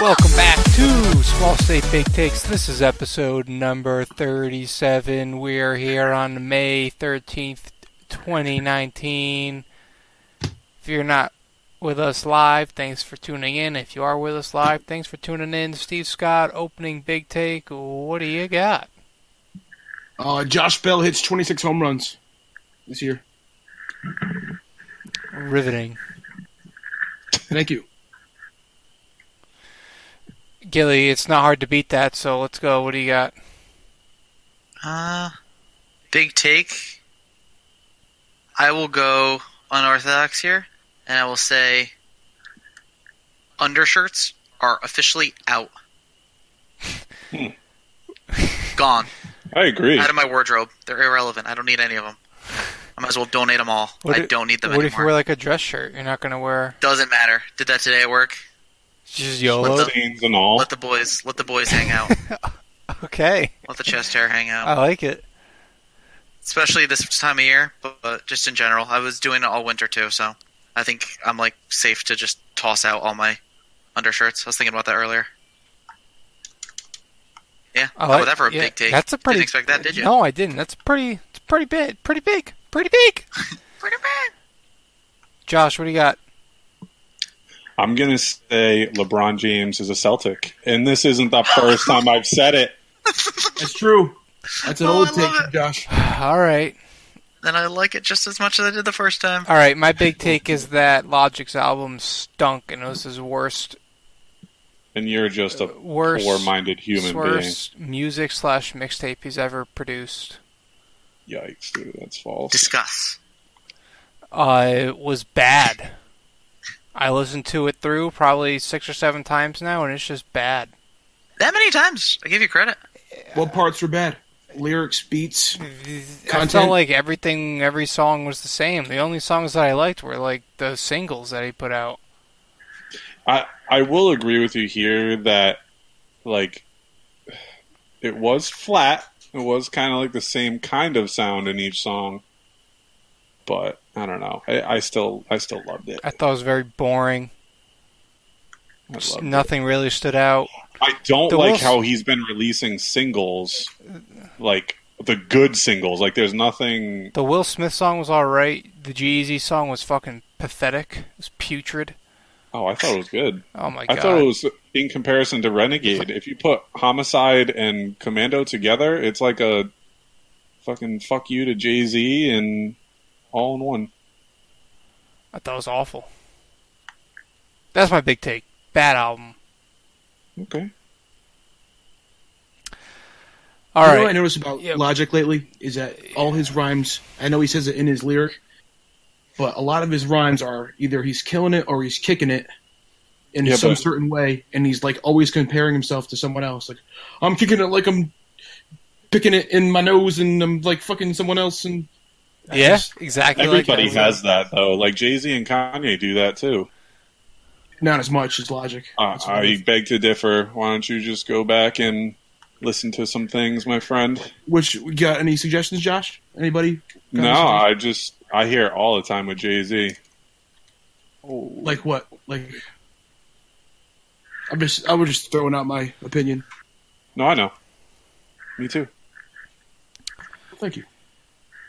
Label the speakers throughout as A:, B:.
A: Welcome back to Small State Big Takes. This is episode number 37. We're here on May 13th, 2019. If you're not with us live, thanks for tuning in. If you are with us live, thanks for tuning in. Steve Scott, opening Big Take. What do you got?
B: Uh, Josh Bell hits 26 home runs this year.
A: Riveting.
B: Thank you.
A: Gilly, it's not hard to beat that, so let's go. What do you got?
C: Uh, big take. I will go unorthodox here, and I will say undershirts are officially out. Gone.
D: Hmm. I agree.
C: Out of my wardrobe. They're irrelevant. I don't need any of them. I might as well donate them all.
A: What
C: I
A: if-
C: don't need them
A: What if you
C: anymore.
A: wear like a dress shirt? You're not going to wear
C: Doesn't matter. Did that today at work.
A: just YOLO?
C: What
D: Stains and all.
C: Let the boys let the boys hang out.
A: Okay.
C: let the chest hair hang out.
A: I like it.
C: especially this time of year, but, but just in general. I was doing it all winter too, so I think I'm like safe to just toss out all my undershirts. I was thinking about that earlier. Yeah,
A: I
C: oh,
A: like-
C: that for a
A: yeah,
C: big take.
A: That's a pretty.
C: Didn't expect that, did you?
A: No, I didn't. That's pretty. It's pretty big. Pretty big. Pretty big.
C: Pretty bad.
A: Josh, what do you got?
D: I'm gonna say LeBron James is a Celtic, and this isn't the first time I've said it.
B: That's true. That's an
C: Oh,
B: old
C: I love
B: take, Josh.
A: All right,
C: Then I like it just as much as I did the first time.
A: all right. My big take is that Logic's album stunk, and it was his worst,
D: And you're just a
A: worst,
D: poor-minded human
A: worst music slash mixtape he's ever produced.
D: being. Yikes, dude, that's false.
C: Discuss.
A: Uh, it was bad. I listened to it through probably six or seven times now, and it's just bad.
C: That many times. I give you credit.
B: What parts are bad? Lyrics, beats.
A: I
B: Content?
A: felt like everything, every song was the same. The only songs that I liked were like the singles that he put out.
D: I I will agree with you here that like it was flat. It was kind of like the same kind of sound in each song, but I don't know. I, I still I still loved it.
A: I thought it was very boring.
D: I, loved it.
A: Nothing really stood out.
D: I don't
A: The
D: like
A: Wolves-
D: how he's been releasing singles, like the good singles. Like there's nothing.
A: The Will Smith song was all right. The G-Eazy song was fucking pathetic. It was putrid.
D: Oh, I thought it was good.
A: Oh my
D: I
A: god.
D: thought it was in comparison to Renegade. If you put Homicide and Commando together, it's like a fucking fuck you to Jay Z and all in one.
A: I thought it was awful. That's my big take. Bad album.
D: Okay.
A: All
B: you
A: right.
B: know what I noticed about
A: Yeah.
B: Logic lately is that all his rhymes, I know he says it in his lyric, but a lot of his rhymes are either he's killing it or he's kicking it in
D: Yeah,
B: some
D: but-
B: certain way, and he's like always comparing himself to someone else. Like, I'm kicking it like I'm picking it in my nose, and I'm like fucking someone else. And I
A: yeah,
B: just-
A: exactly. like
D: Everybody
A: that.
D: has that though. Like Jay Z and Kanye do that too.
B: not as much as Logic.
D: Uh,
B: That's what
D: I
B: I-
D: beg to differ. Why don't you just go back and listen to some things, my friend?
B: Which you got any suggestions, Josh? Anybody?
D: No, I just I hear it all the time with Jay Z.
B: Like what? Like I'm just I was just throwing out my opinion.
D: No, I know. Me too.
B: Thank you.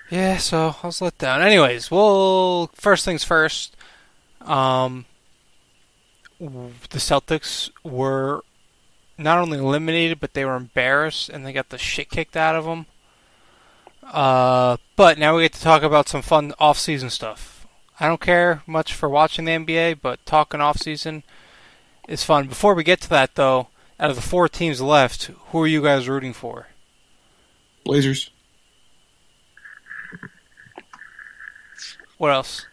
A: Yeah, so I was let down. Anyways, well, first things first. Um, w- the Celtics were not only eliminated, but they were embarrassed and they got the shit kicked out of them. Uh, but now we get to talk about some fun off-season stuff. I don't care much for watching the NBA, but talking off-season is fun. Before we get to that, though, out of the four teams left, who are you guys rooting for?
B: Blazers.
A: What else?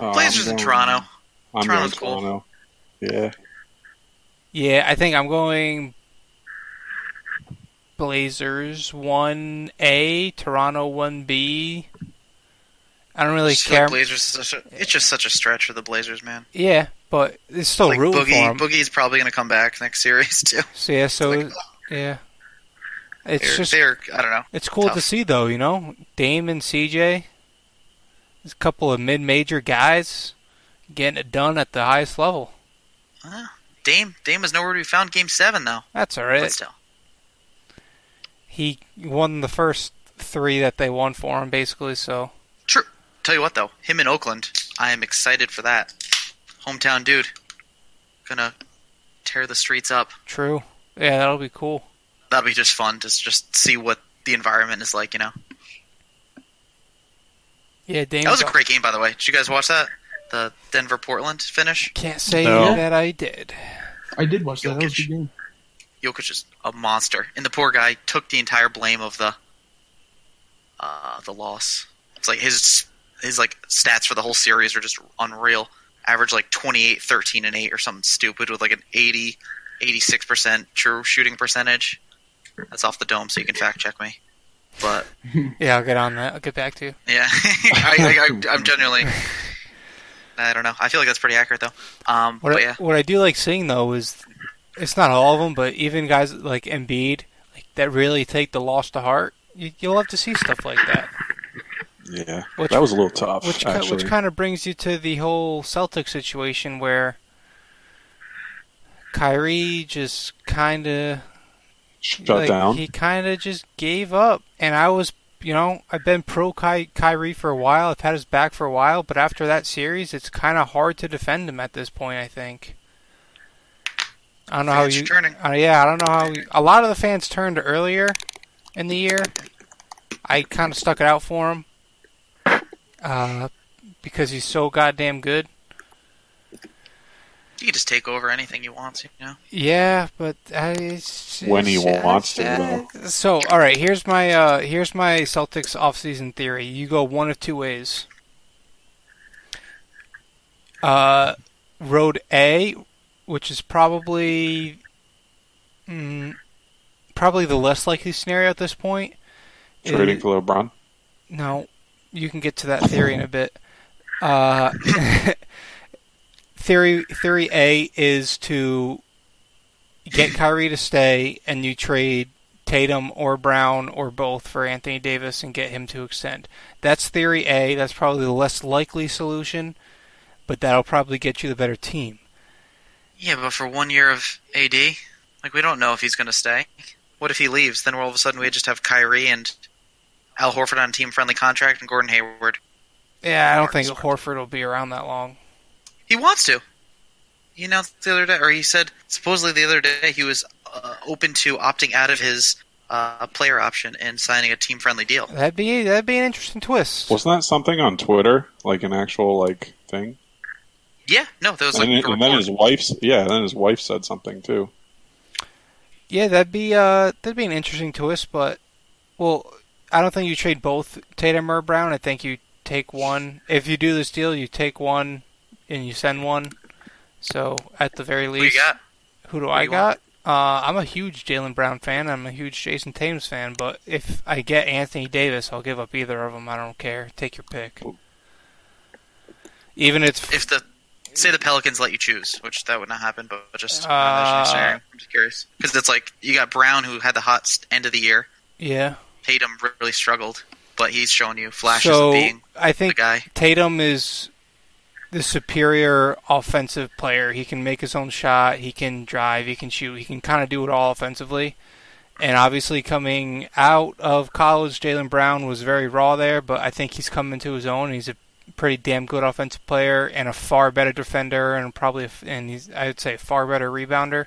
D: Uh,
C: Blazers
D: I'm
C: in
D: going-
C: Toronto.
D: I'm
C: Toronto's
D: going
C: cool.
D: Toronto. Yeah.
A: Yeah, I think I'm going Blazers 1A, Toronto 1B. I don't really
C: Just feel
A: care.
C: like Blazers is such a, it's just such a stretch for the Blazers, man.
A: yeah, but it's still
C: like
A: Oh, rooting for
C: Boogie
A: 'em.
C: Boogie's probably gonna come back next series too.
A: So yeah, so
C: like-
A: yeah. It's
C: they're,
A: just
C: they're I don't know.
A: it's cool to
C: tough.
A: see though, you know, Dame and CJ, there's a couple of mid-major guys getting it done at the highest level.
C: Dame Dame was nowhere to be found. Game seven though,
A: That's all
C: but
A: right.
C: still,
A: He won the first three that they won for him, basically. So
C: true. Tell you what though, him in Oakland, I am excited for that. Hometown dude, gonna tear the streets up.
A: true. Yeah, that'll be cool.
C: That'd be just fun to s- just see what the environment is like. You know,
A: Yeah, Dame.
C: that was a great game by the way. Did you guys watch that? The Denver Portland finish.
A: Can't say
D: No.
A: that I did.
B: I did watch that. That was a good game.
C: Jokic is a monster, and the poor guy took the entire blame of the uh, the loss. It's like his his like stats for the whole series are just unreal. Average like 28, 13, and eight or something stupid with like an 80, 86 percent true shooting percentage. That's off the dome, so you can fact check me. But
A: Yeah, I'll get on that. I'll get back to you.
C: yeah, I, I, I, I'm genuinely. I don't know. I feel like that's pretty accurate though. Um,
A: What
C: but
A: I,
C: yeah,
A: what I do like seeing though is it's not all of them, but even guys like Embiid, like that really take the loss to heart. You, you love to see stuff like that.
D: Yeah,
A: Which-
D: that was a little tough.
A: Which ki-
D: actually,
A: which kind of brings you to the whole Celtic situation where Kyrie just kind of
D: shut
A: like,
D: down.
A: He kind of just gave up, and I was, you know, I've been pro Ky- Kyrie for a while. I've had his back for a while, but after that series, it's kind of hard to defend him at this point. I think. I don't know
C: Fans
A: how you.
C: turning.
A: Uh, yeah, I don't know how. You, a lot of the fans turned earlier in the year. I kind of stuck it out for him uh, because he's so goddamn good.
C: you can just take over anything you want. You know,
A: Yeah, but I, it's,
D: When he
A: it's-
D: wants to,
A: uh, So, all right, here's my uh, here's my Celtics offseason theory. You go one of two ways. Uh, road A, which is probably mm, probably the less likely scenario at this point. is-
D: Trading for LeBron.
A: no, you can get to that theory in a bit. Uh, theory theory A is to get Kyrie to stay, and you trade Tatum or Brown or both for Anthony Davis and get him to extend. That's theory A. That's probably the less likely solution, but that'll probably get you the better team.
C: Yeah, but for one year of AD, like we don't know if he's going to stay. What if he leaves? Then all of a sudden we just have Kyrie and Al Horford on a team-friendly contract and Gordon Hayward.
A: Yeah, I don't think Horford will be around that long.
C: He wants to. He announced the other day, or he said supposedly the other day he was uh, open to opting out of his uh, player option and signing a team-friendly deal.
A: That'd be that'd be an interesting twist.
D: Wasn't that something on Twitter, like an actual like thing?
C: Yeah, no, that was like
D: and,
C: a
D: and then
C: report.
D: his wife's yeah, then his wife said something too.
A: Yeah, that'd be uh that'd be an interesting twist, but well, I don't think you trade both Tatum or Brown. I think you take one. If you do this deal, you take one and you send one. So at the very
C: Who you
A: least,
C: got?
A: who do
C: Who
A: I
C: you
A: got? Uh, I'm a huge Jalen Brown fan. I'm a huge Jason Tatum's fan. But if I get Anthony Davis, I'll give up either of them. I don't care. Take your pick. Even if it's
C: If the say the Pelicans let you choose, which that would not happen, but just
A: Uh,
C: I'm just curious because it's like you got Brown who had the hot st- end of the year.
A: yeah.
C: Tatum really struggled, but he's shown you flashes
A: so
C: of being
A: I
C: the
A: think
C: guy.
A: Tatum is the superior offensive player. He can make his own shot. He can drive. He can shoot. He can kind of do it all offensively. And obviously, coming out of college, Jalen Brown was very raw there, but I think he's come into his own. He's a pretty damn good offensive player and a far better defender, and probably, a f and he's I would say a far better rebounder.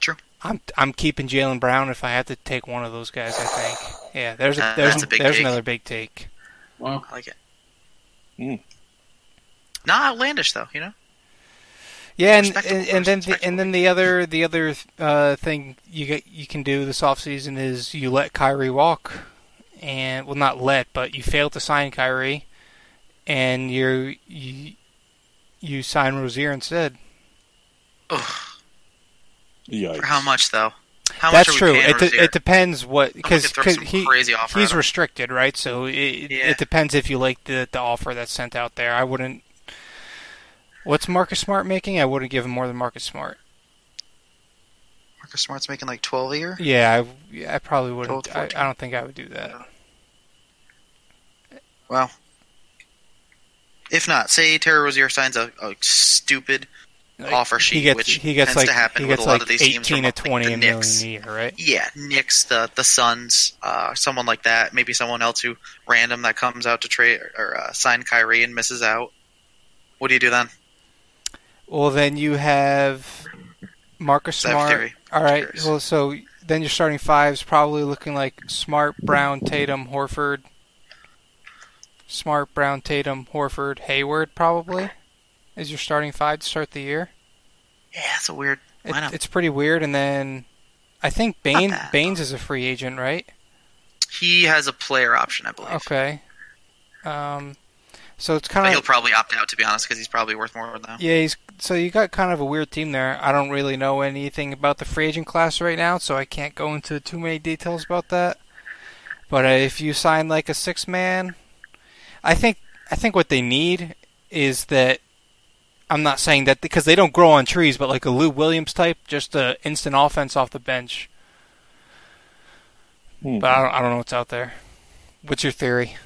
C: True.
A: I'm I'm keeping Jalen Brown if I have to take one of those guys. I think. Yeah, there's a,
C: Uh,
A: there's
C: that's a big
A: there's
C: take.
A: another big take.
B: Wow.
C: I like it.
D: Hmm.
A: Mm.
C: Not outlandish though, you know.
A: Yeah, and,
C: Respectable
A: and, and then
C: person,
A: the, and then the other the other uh, thing you get you can do this offseason is you let Kyrie walk, and well not let but you fail to sign Kyrie, and you you you sign Rozier instead.
D: Yikes.
C: For how much though? How
A: That's
C: much are
A: true.
C: we paying
A: It, de-
C: Rozier?
A: it depends what
C: I'm gonna
A: because
C: throw some
A: he
C: crazy offer.
A: he's
C: at him.
A: restricted right, so it
C: Yeah.
A: it depends if you like the the offer that's sent out there. I wouldn't. What's Marcus Smart making? I wouldn't give him more than Marcus Smart.
C: Marcus Smart's making like twelve a year.
A: Yeah, I, yeah, I probably wouldn't.
C: Twelve,
A: I,
C: fourteen.
A: I don't think I would do that.
C: Well, if not, say Terry Rozier signs a, a stupid
A: Like,
C: offer sheet,
A: he gets
C: which
A: he gets
C: tends
A: like
C: to happen
A: he
C: with
A: gets
C: a lot
A: like
C: of these teams
A: eighteen
C: from,
A: to
C: like,
A: twenty
C: the
A: million a
C: Knicks.
A: year, right?
C: Yeah, Knicks, the the Suns, uh, someone like that. Maybe someone else who random that comes out to trade or uh, sign Kyrie and misses out. What do you do then?
A: Well, then you have Marcus
C: I have a
A: Smart.
C: theory.
A: All right.
C: Curious.
A: Well, so then your starting five's probably looking like Smart, Brown, Tatum, Horford. Smart, Brown, Tatum, Horford, Hayward probably is your starting five to start the year.
C: Yeah, that's a weird
A: It,
C: lineup.
A: it's pretty weird. And then I think Bain,
C: bad,
A: Baines is a free agent, right?
C: He has a player option, I believe.
A: Okay. Um, so it's
C: But
A: kind
C: he'll
A: of
C: probably opt out to be honest because he's probably worth more now.
A: yeah. He's, so you got kind of a weird team there. I don't really know anything about the free agent class right now, so I can't go into too many details about that. But uh, if you sign like a six man, I think I think what they need is that I'm not saying that because they don't grow on trees, but like a Lou Williams type, just a instant offense off the bench.
D: Hmm.
A: But I don't, I don't know what's out there. What's your theory?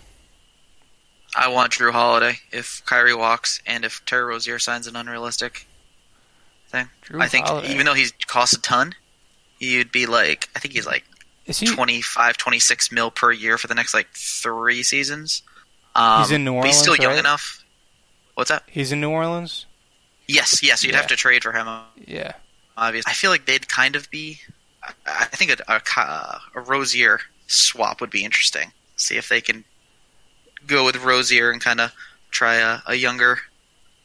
C: I want Drew Holiday if Kyrie walks and if Terry Rozier signs an unrealistic.
A: Drew
C: I think
A: Holiday.
C: even though he costs a ton, he'd be like I think he's like
A: is he
C: 25, 26 mil per year for the next like three seasons. Um,
A: He's in New
C: But he's still
A: Orleans,
C: young
A: right?
C: enough. What's that?
A: he's in New Orleans?
C: Yes, yes. You'd
A: Yeah.
C: have to trade for him,
A: Yeah.
C: obviously. I feel like they'd kind of be. I- I think a, a, Ka- a Rozier swap would be interesting. See if they can go with Rozier and kind of try a, a younger,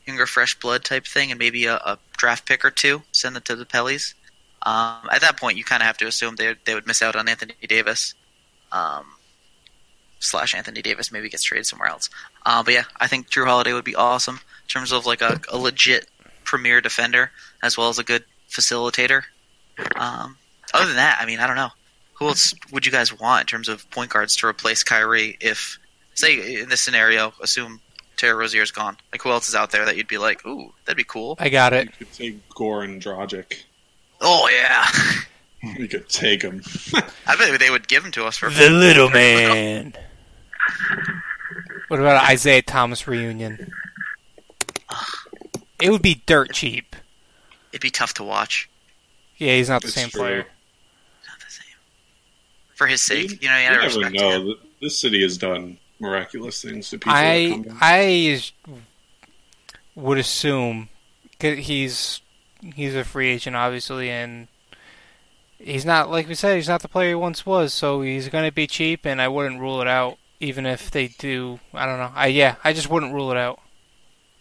C: younger fresh blood type thing, and maybe a, a draft pick or two. Send it to the Pellies. Um, at that point, you kind of have to assume they they would miss out on Anthony Davis. Um, slash Anthony Davis maybe gets traded somewhere else. Uh, but yeah, I think Drew Holiday would be awesome in terms of like a, a legit premier defender as well as a good facilitator. Um, other than that, I mean, I don't know. Who else would you guys want in terms of point guards to replace Kyrie if, say, in this scenario, assume Terry Rozier's gone? Like, who else is out there that you'd be like, ooh, that'd be cool?
A: I got it.
D: You could take Goran Dragic.
C: Oh, yeah.
D: You could take him.
C: I bet they would give him to us for
A: little man. What about an Isaiah Thomas reunion? It would be dirt cheap.
C: It'd be tough to watch.
A: Yeah, he's not the
D: It's
A: same
D: true.
A: player.
C: Not the same. For his sake, you know,
D: You
C: yeah, I
D: never
C: respect
D: know.
C: him.
D: Th- This city has done miraculous things to people. that
A: I
D: come back.
A: I is- would assume 'cause he's he's a free agent, obviously, and he's not like we said. He's not the player he once was, so he's going to be cheap, and I wouldn't rule it out. Even if they do, I don't know. I yeah, I just wouldn't rule it out.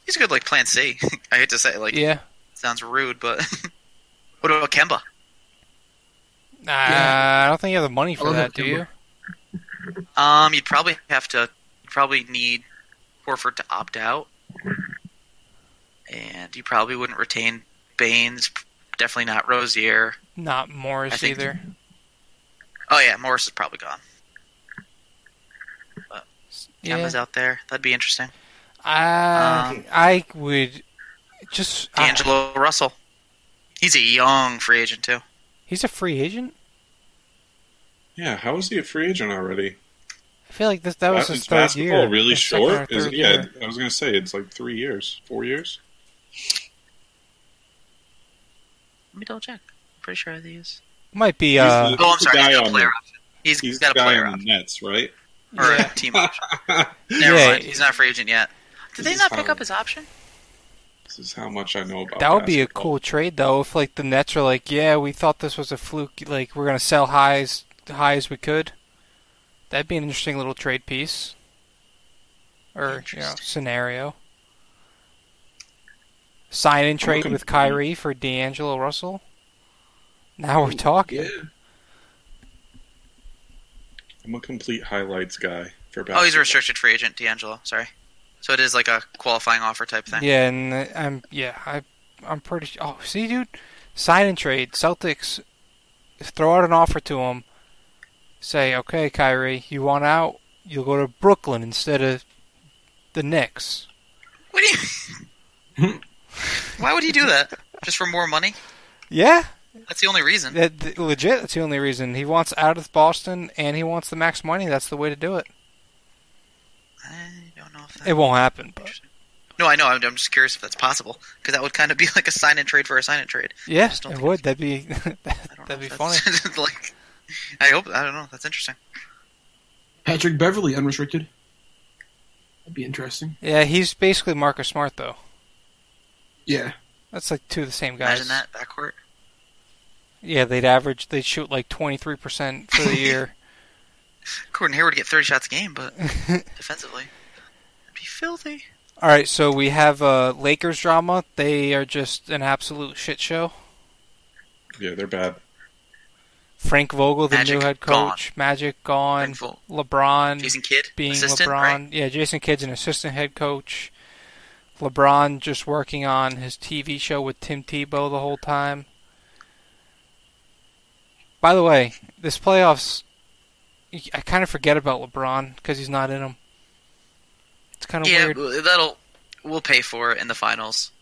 C: He's a good, like, plan C. I hate to say, it, like,
A: Yeah.
C: sounds rude, but what about Kemba?
A: Nah, I don't think you have the money
B: I
A: for
B: love
A: that,
B: that
A: do you?
C: Um, you'd probably have to you'd probably need Horford to opt out, and you probably wouldn't retain Baines. Definitely not Rozier.
A: Not
C: I
A: Morris
C: think-
A: either.
C: Oh yeah, Morris is probably gone.
A: Yeah.
C: Kemba's out there. That'd be interesting.
A: I
C: Um,
A: I would just. I-
C: D'Angelo Russell. He's a young free agent too.
A: he's a free agent.
D: yeah, how is he a free agent already?
A: I feel like this that was
D: Ba-
A: his
D: is
A: third
D: basketball
A: year.
D: really
A: his second or
D: short? Is
A: third
D: it- yeah,
A: year.
D: I was going to say it's like three years, four years.
C: Let me double check. I'm pretty sure they use.
A: Might be.
D: He's
A: Uh,
D: the-
C: Oh, I'm
D: the
C: sorry.
D: guy
C: He's got a
D: on
C: player
D: the-
C: option. He's,
D: He's
C: he's got a
D: the guy
C: player
D: on
C: option
D: the Nets, right?
C: or
A: yeah.
C: a team option. Never
A: Yeah.
C: mind. He's not a free agent yet. Did they
D: He's
C: not pick
D: probably-
C: up his option?
D: This is how much I know about.
A: that would be a
D: basketball.
A: cool trade though. If like the Nets are like, yeah, we thought this was a fluke. Like we're gonna sell high as high as we could. That'd be an interesting little trade piece. Or you know
C: Interesting.
A: scenario. Sign and trade
D: looking-
A: with Kyrie for D'Angelo Russell. Now we're talking.
D: Yeah. I'm a complete highlights guy for basketball.
C: Oh, he's a restricted free agent, D'Angelo. Sorry. So it is like a qualifying offer type thing.
A: Yeah, and uh, I'm yeah, I I'm pretty. su- Oh, see, dude, sign and trade Celtics. Throw out an offer to him. Say, okay, Kyrie, you want out? You'll go to Brooklyn instead of the Knicks.
C: What do you? Why would he do that? Just for more money?
A: Yeah,
C: That's the only reason.
A: That, that- legit, that's the only reason. He wants out of Boston and he wants the max money. That's the way to do it.
C: I don't know if that.
A: It won't happen, but
C: No, I know. I'm, I'm just curious if that's possible because that would kind of be like a sign and trade for a sign and trade.
A: yeah,
C: just don't
A: it
C: think
A: would. That'd be
C: I don't
A: that'd be
C: know if
A: funny.
C: that's- like, I hope. I don't know. That's interesting.
B: Patrick Beverly unrestricted. That'd be interesting.
A: Yeah, he's basically Marcus Smart though.
B: Yeah.
A: That's like two of the same guys.
C: Imagine that backcourt.
A: Yeah, they'd average. They'd shoot like twenty three percent for the year.
C: Gordon Hayward would get 30 shots a game, but defensively, that'd be filthy.
A: All right, so we have uh, Lakers drama. They are just an absolute shit show.
D: Yeah, they're bad.
A: Frank Vogel, the
C: Magic
A: new head
C: gone.
A: coach. Magic gone.
C: Frank Vogel.
A: LeBron
C: Jason Kidd,
A: Mm, being
C: assistant,
A: LeBron.
C: right?
A: Yeah, Jason Kidd's an assistant head coach. LeBron just working on his TV show with Tim Tebow the whole time. By the way, this playoffs, I kind of forget about LeBron because he's not in them. It's kind of
C: Yeah,
A: weird.
C: but that'll we'll pay for it in the finals.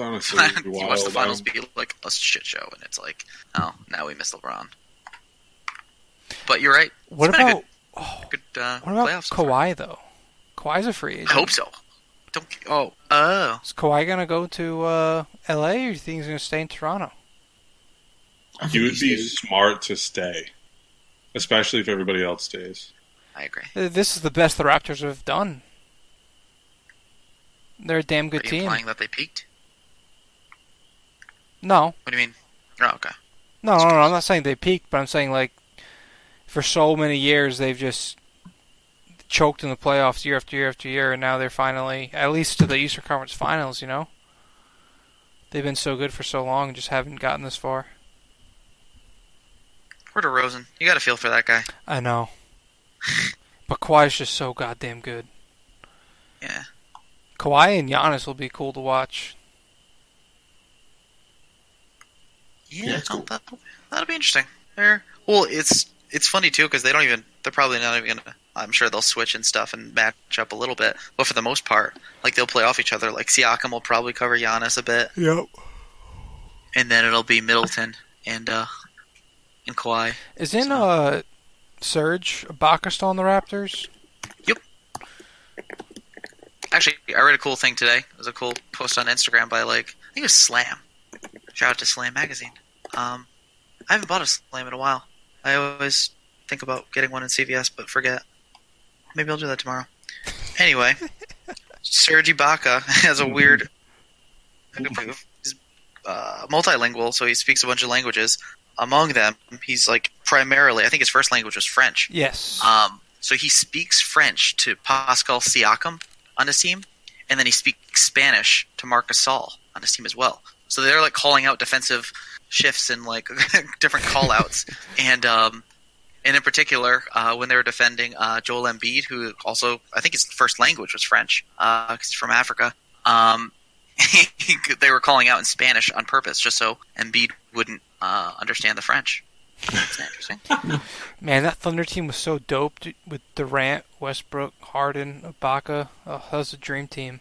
D: honestly
C: you
D: wild.
C: watch the finals
D: Um,
C: be like a shit show, and it's like, oh, now we miss LeBron. But you're right.
A: What
C: it's been a
A: about Oh,
C: Good, good uh,
A: what about
C: playoffs so far.
A: Kawhi though? Kawhi's a free agent.
C: I hope so. Don't. Oh, oh,
A: Is Kawhi gonna go to uh, L.A. or do you think he's gonna stay in Toronto?
B: I think
D: He would
B: he
D: be
B: stays.
D: smart to stay, especially if everybody else stays.
C: I agree.
A: Uh, This is the best the Raptors have done. They're a damn good
C: Are you
A: team.
C: implying that they peaked?
A: No,
C: What do you mean? Oh, okay.
A: no, no, no. I'm not saying they peaked, but I'm saying like for so many years they've just choked in the playoffs year after year after year, and now they're finally at least to the Eastern Conference Finals. You know, they've been so good for so long, and just haven't gotten this far.
C: Poor DeRozan. You got to feel for that guy.
A: I know, but Kawhi's just so goddamn good.
C: Yeah.
A: Kawhi and Giannis will be cool to watch.
B: Yeah,
C: Yeah,
B: that's cool.
C: that'll, that'll be interesting. They're, well, it's it's funny too because they don't even. They're probably not even. gonna I'm sure they'll switch and stuff and match up a little bit, but for the most part, like they'll play off each other. Like Siakam will probably cover Giannis a bit,
A: Yep.
C: and then it'll be Middleton and uh and Kawhi.
A: Isn't
C: So-
A: uh Serge Ibaka still on the Raptors?
C: Actually, I read a cool thing today. It was a cool post on Instagram by like I think it was Slam. Shout out to Slam Magazine. Um, I haven't bought a Slam in a while. I always think about getting one in CVS, but forget. Maybe I'll do that tomorrow. Anyway, Serge Ibaka has a weird. He's uh, multilingual, so he speaks a bunch of languages. Among them, he's like primarily. I think his first language was French.
A: Yes.
C: Um, so he speaks French to Pascal Siakam on his team, and then he speaks Spanish to Marcus Gasol on his team as well. So they're like calling out defensive shifts and like different call outs. and um, and in particular, uh, when they were defending uh, Joel Embiid, who also I think his first language was French because he's from Africa. Um, they were calling out in Spanish on purpose, just so Embiid wouldn't uh, understand the French. Isn't that interesting?
A: Man, that Thunder team was so dope dude, with Durant, Westbrook, Harden, Ibaka. Oh, that was a dream team.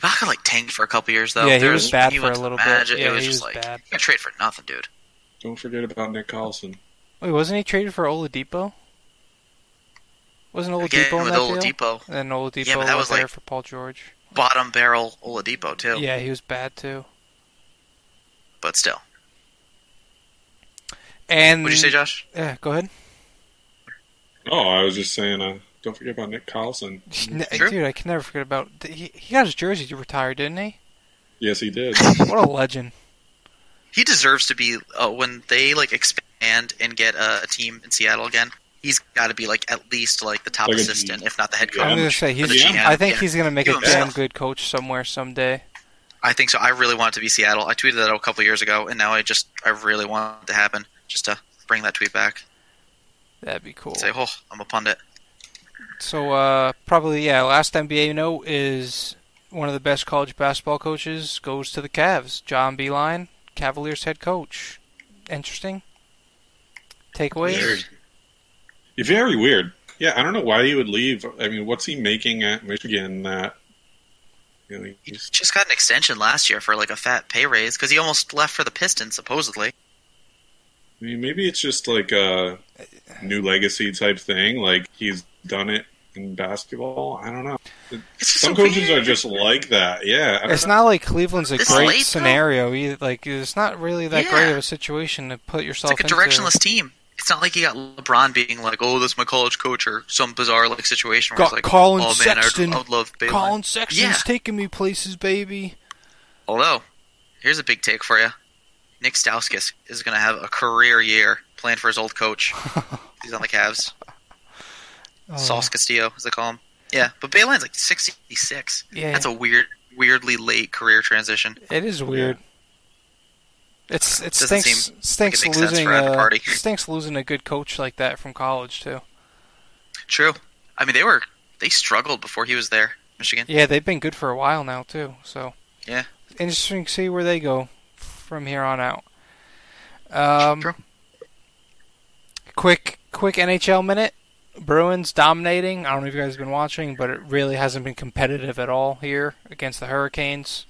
C: Ibaka like tanked for a couple years though.
A: Yeah, he
C: There
A: was bad
C: he
A: for a
C: went to
A: little
C: the Magic.
A: bit. Yeah,
C: it was
A: he
C: just
A: was
C: like
A: bad.
C: you trade for nothing, dude.
D: Don't forget about Nick Collison.
A: Wait, wasn't he traded for Oladipo? Wasn't
C: Again,
A: Oladipo in
C: with
A: that deal?
C: Oladipo,
A: And then Oladipo
C: Yeah, but that
A: was,
C: was,
A: there
C: like-
A: for Paul George.
C: bottom barrel Oladipo too.
A: Yeah, he was bad too.
C: But still,
A: And
C: would you say, Josh?
A: Yeah, go ahead.
D: Oh, I was just saying. Uh, don't forget about Nick Collison.
C: Sure.
A: Dude, I can never forget about. He, he got his jersey retired, didn't he?
D: Yes, he did.
A: What a legend.
C: He deserves to be. Uh, when they like expand and get uh, a team in Seattle again, he's got to be like at least like the top
D: Like a-
C: assistant, if not the head
A: I'm
C: coach.
A: gonna say he's.
C: Yeah.
A: I think
C: Yeah.
A: he's gonna make
C: Do
A: a
C: himself.
A: damn good coach somewhere someday.
C: I think so. I really want it to be Seattle. I tweeted that a couple years ago, and now I just I really want it to happen. Just to bring that tweet back.
A: That'd be cool.
C: Say, oh, I'm a pundit.
A: So uh, probably yeah. Last NBA note is one of the best college basketball coaches goes to the Cavs. John Beeline, Cavaliers head coach. Interesting.
D: Very-
A: Takeaways.
D: Very weird. Yeah, I don't know why he would leave. I mean, what's he making at Michigan that You know, he
C: He
D: just-
C: just got an extension last year for like a fat pay raise because he almost left for the Pistons supposedly.
D: I mean, maybe it's just like a new legacy type thing. Like he's done it in basketball. I don't know.
C: It's just
D: Some
C: so
D: coaches
C: weird.
D: are just like that. Yeah, I don't
A: It's not like Cleveland's a
C: This
A: great
C: late, though?
A: scenario either. Like it's not really that
C: Yeah.
A: great of a situation to put yourself
C: It's like
A: into.
C: a directionless team. It's not like you got LeBron being like, "Oh, that's my college coach," or some bizarre like situation where
A: Got
C: it's like,
A: Colin
C: "Oh man,
A: Sexton.
C: I'd, I would love Balen."
A: Colin Sexton's
C: Yeah.
A: taking me places, baby.
C: Although, here's a big take for you: Nick Stauskas is going to have a career year playing for his old coach. He's on the Cavs.
A: Oh,
C: Sauce Castillo, as they call him. Yeah, but Bayline's like 66.
A: Yeah.
C: That's a weird, weirdly late career transition.
A: it is weird. It's it
C: Doesn't
A: stinks
C: seem
A: stinks
C: like it makes sense
A: losing
C: for either
A: a,
C: party.
A: stinks losing a good coach like that from college too.
C: True. I mean, they were they struggled before he was there, Michigan.
A: Yeah, they've been good for a while now too. So
C: Yeah.
A: interesting to see where they go from here on out. Um,
C: True.
A: quick, quick NHL minute. Bruins dominating. I don't know if you guys have been watching, but it really hasn't been competitive at all here against the Hurricanes.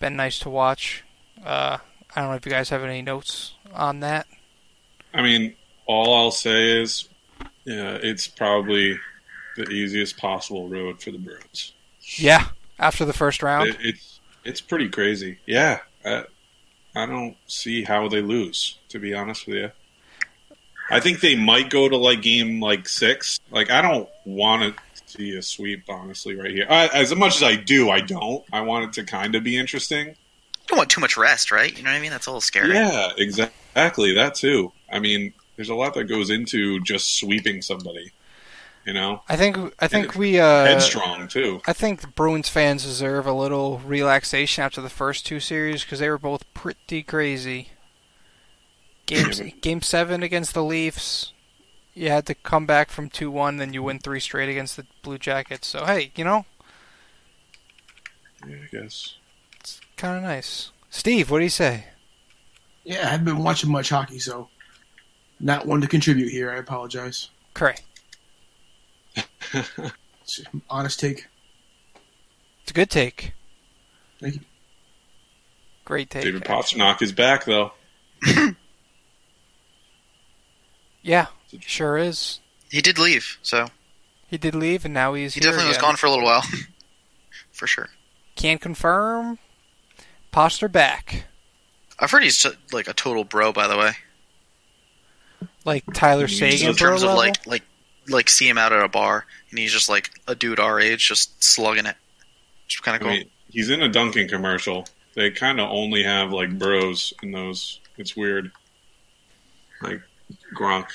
A: Been nice to watch. Uh, I don't know if you guys have any notes on that.
D: I mean, all I'll say is, yeah, it's probably the easiest possible road for the Bruins.
A: Yeah, after the first round.
D: It, it's it's pretty crazy. Yeah, I, I don't see how they lose. To be honest with you, I think they might go to like game like six. Like I don't want to see a sweep, honestly, right here. I, as much as I do, I don't. I want it to kind of be interesting.
C: Don't want too much rest, right? You know what I mean? That's a little scary.
D: Yeah, exa- exactly. That too. I mean, there's a lot that goes into just sweeping somebody. You know,
A: I think I think we uh,
D: headstrong too.
A: I think the Bruins fans deserve a little relaxation after the first two series because they were both pretty crazy. Game
D: Yeah,
A: Game seven against the Leafs, you had to come back from two one, then you win three straight against the Blue Jackets. So hey, you know,
D: Yeah, I guess.
A: it's kind of nice. Steve, what do you say?
B: Yeah, I haven't been watching much hockey, so not one to contribute here. I apologize.
A: Cray,
B: It's an honest take.
A: it's a good take.
B: Thank you.
A: Great take.
D: David Pasternak is back though.
A: Yeah, sure is.
C: He did leave, so
A: He did leave, and now he's
C: he
A: here
C: definitely was
A: again.
C: gone for a little while, for sure.
A: Can't confirm. Poster back,
C: I've heard he's just, like a total bro, by the way.
A: like Tyler
D: Just
A: Sagan.
C: Just in
A: bro
C: terms of
A: level.
C: like, like, like, see him out at a bar, and he's just like a dude our age, just slugging it. Which kind of
D: I
C: cool.
D: mean, he's in a Dunkin' commercial. They kind of only have like bros in those. It's weird. Like Gronk.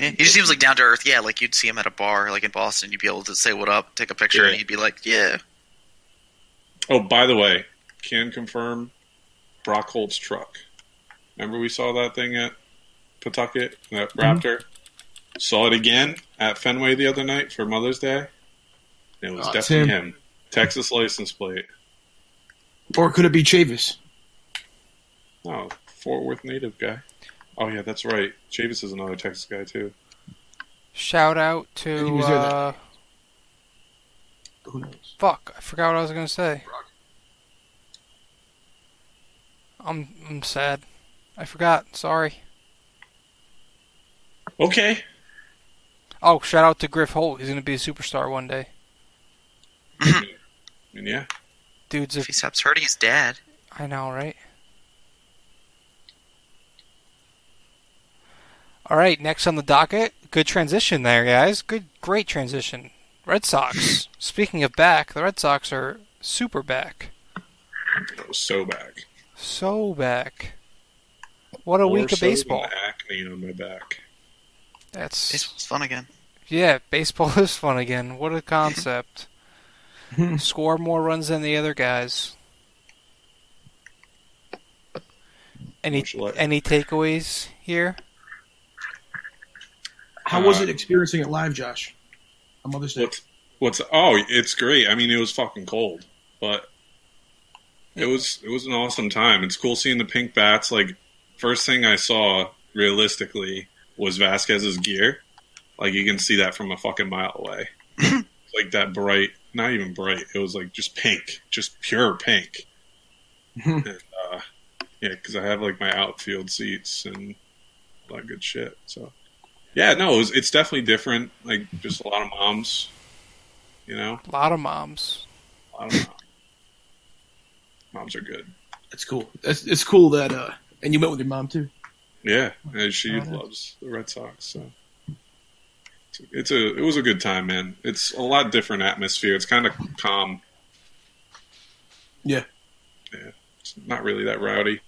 C: Yeah, he just seems like down to earth. Yeah, like you'd see him at a bar, like in Boston, you'd be able to say what up, take a picture,
D: Yeah.
C: and he'd be like, "Yeah,
D: Oh, by the way, can confirm Brock Holt's truck. Remember we saw that thing at Pawtucket, that Raptor. Saw it again at Fenway the other night for Mother's Day. It was
B: Oh, it's
D: definitely
B: him.
D: him. Texas license plate.
B: Or could it be Chavis?
D: Oh, Fort Worth native guy. Oh yeah, that's right. Chavis is another Texas guy too.
A: Shout out
B: he
A: to
B: was there that-
A: uh,
B: Who knows?
A: fuck. I forgot what I was gonna say. I'm I'm sad. I forgot. Sorry.
D: Okay.
A: Oh, shout out to Griff Holt. He's gonna be a superstar one day.
D: I mean, yeah.
A: Dude's a
C: if he stops hurting his dad,
A: I know, right? All right, next on the docket, good transition there, guys. Good, great transition. Red Sox. Speaking of back, the Red Sox are super back,
D: That was so back.
A: so back. What a
D: More
A: week of
D: so than
A: baseball.
D: the acne on my back.
A: That's
C: baseball's fun again."
A: Yeah, baseball is fun again. What a concept.
B: Hmm.
A: Score more runs than the other guys. Any
D: Much like-
A: any takeaways here?
B: How was
D: Uh,
B: it experiencing it live, Josh? On Mother's Day.
D: What's what's? Oh, it's great. I mean, it was fucking cold, but it was it was an awesome time. It's cool seeing the pink bats. Like first thing I saw realistically was Vasquez's gear. Like you can see that from a fucking mile away. like that bright not even bright. It was like just pink, just pure pink. And, uh, yeah, because I have like my outfield seats and all that good shit. So yeah, no, it was, it's definitely different. Like just a lot of moms, you know,
A: A lot of moms.
D: a lot of moms. moms are good.
B: That's cool. That's, it's cool that uh, and you went with your mom too.
D: Yeah, and she
B: Oh, nice.
D: loves the Red Sox. So it's a it was a good time, man. It's a lot different atmosphere. It's kind of calm.
B: Yeah.
D: yeah. It's not really that rowdy.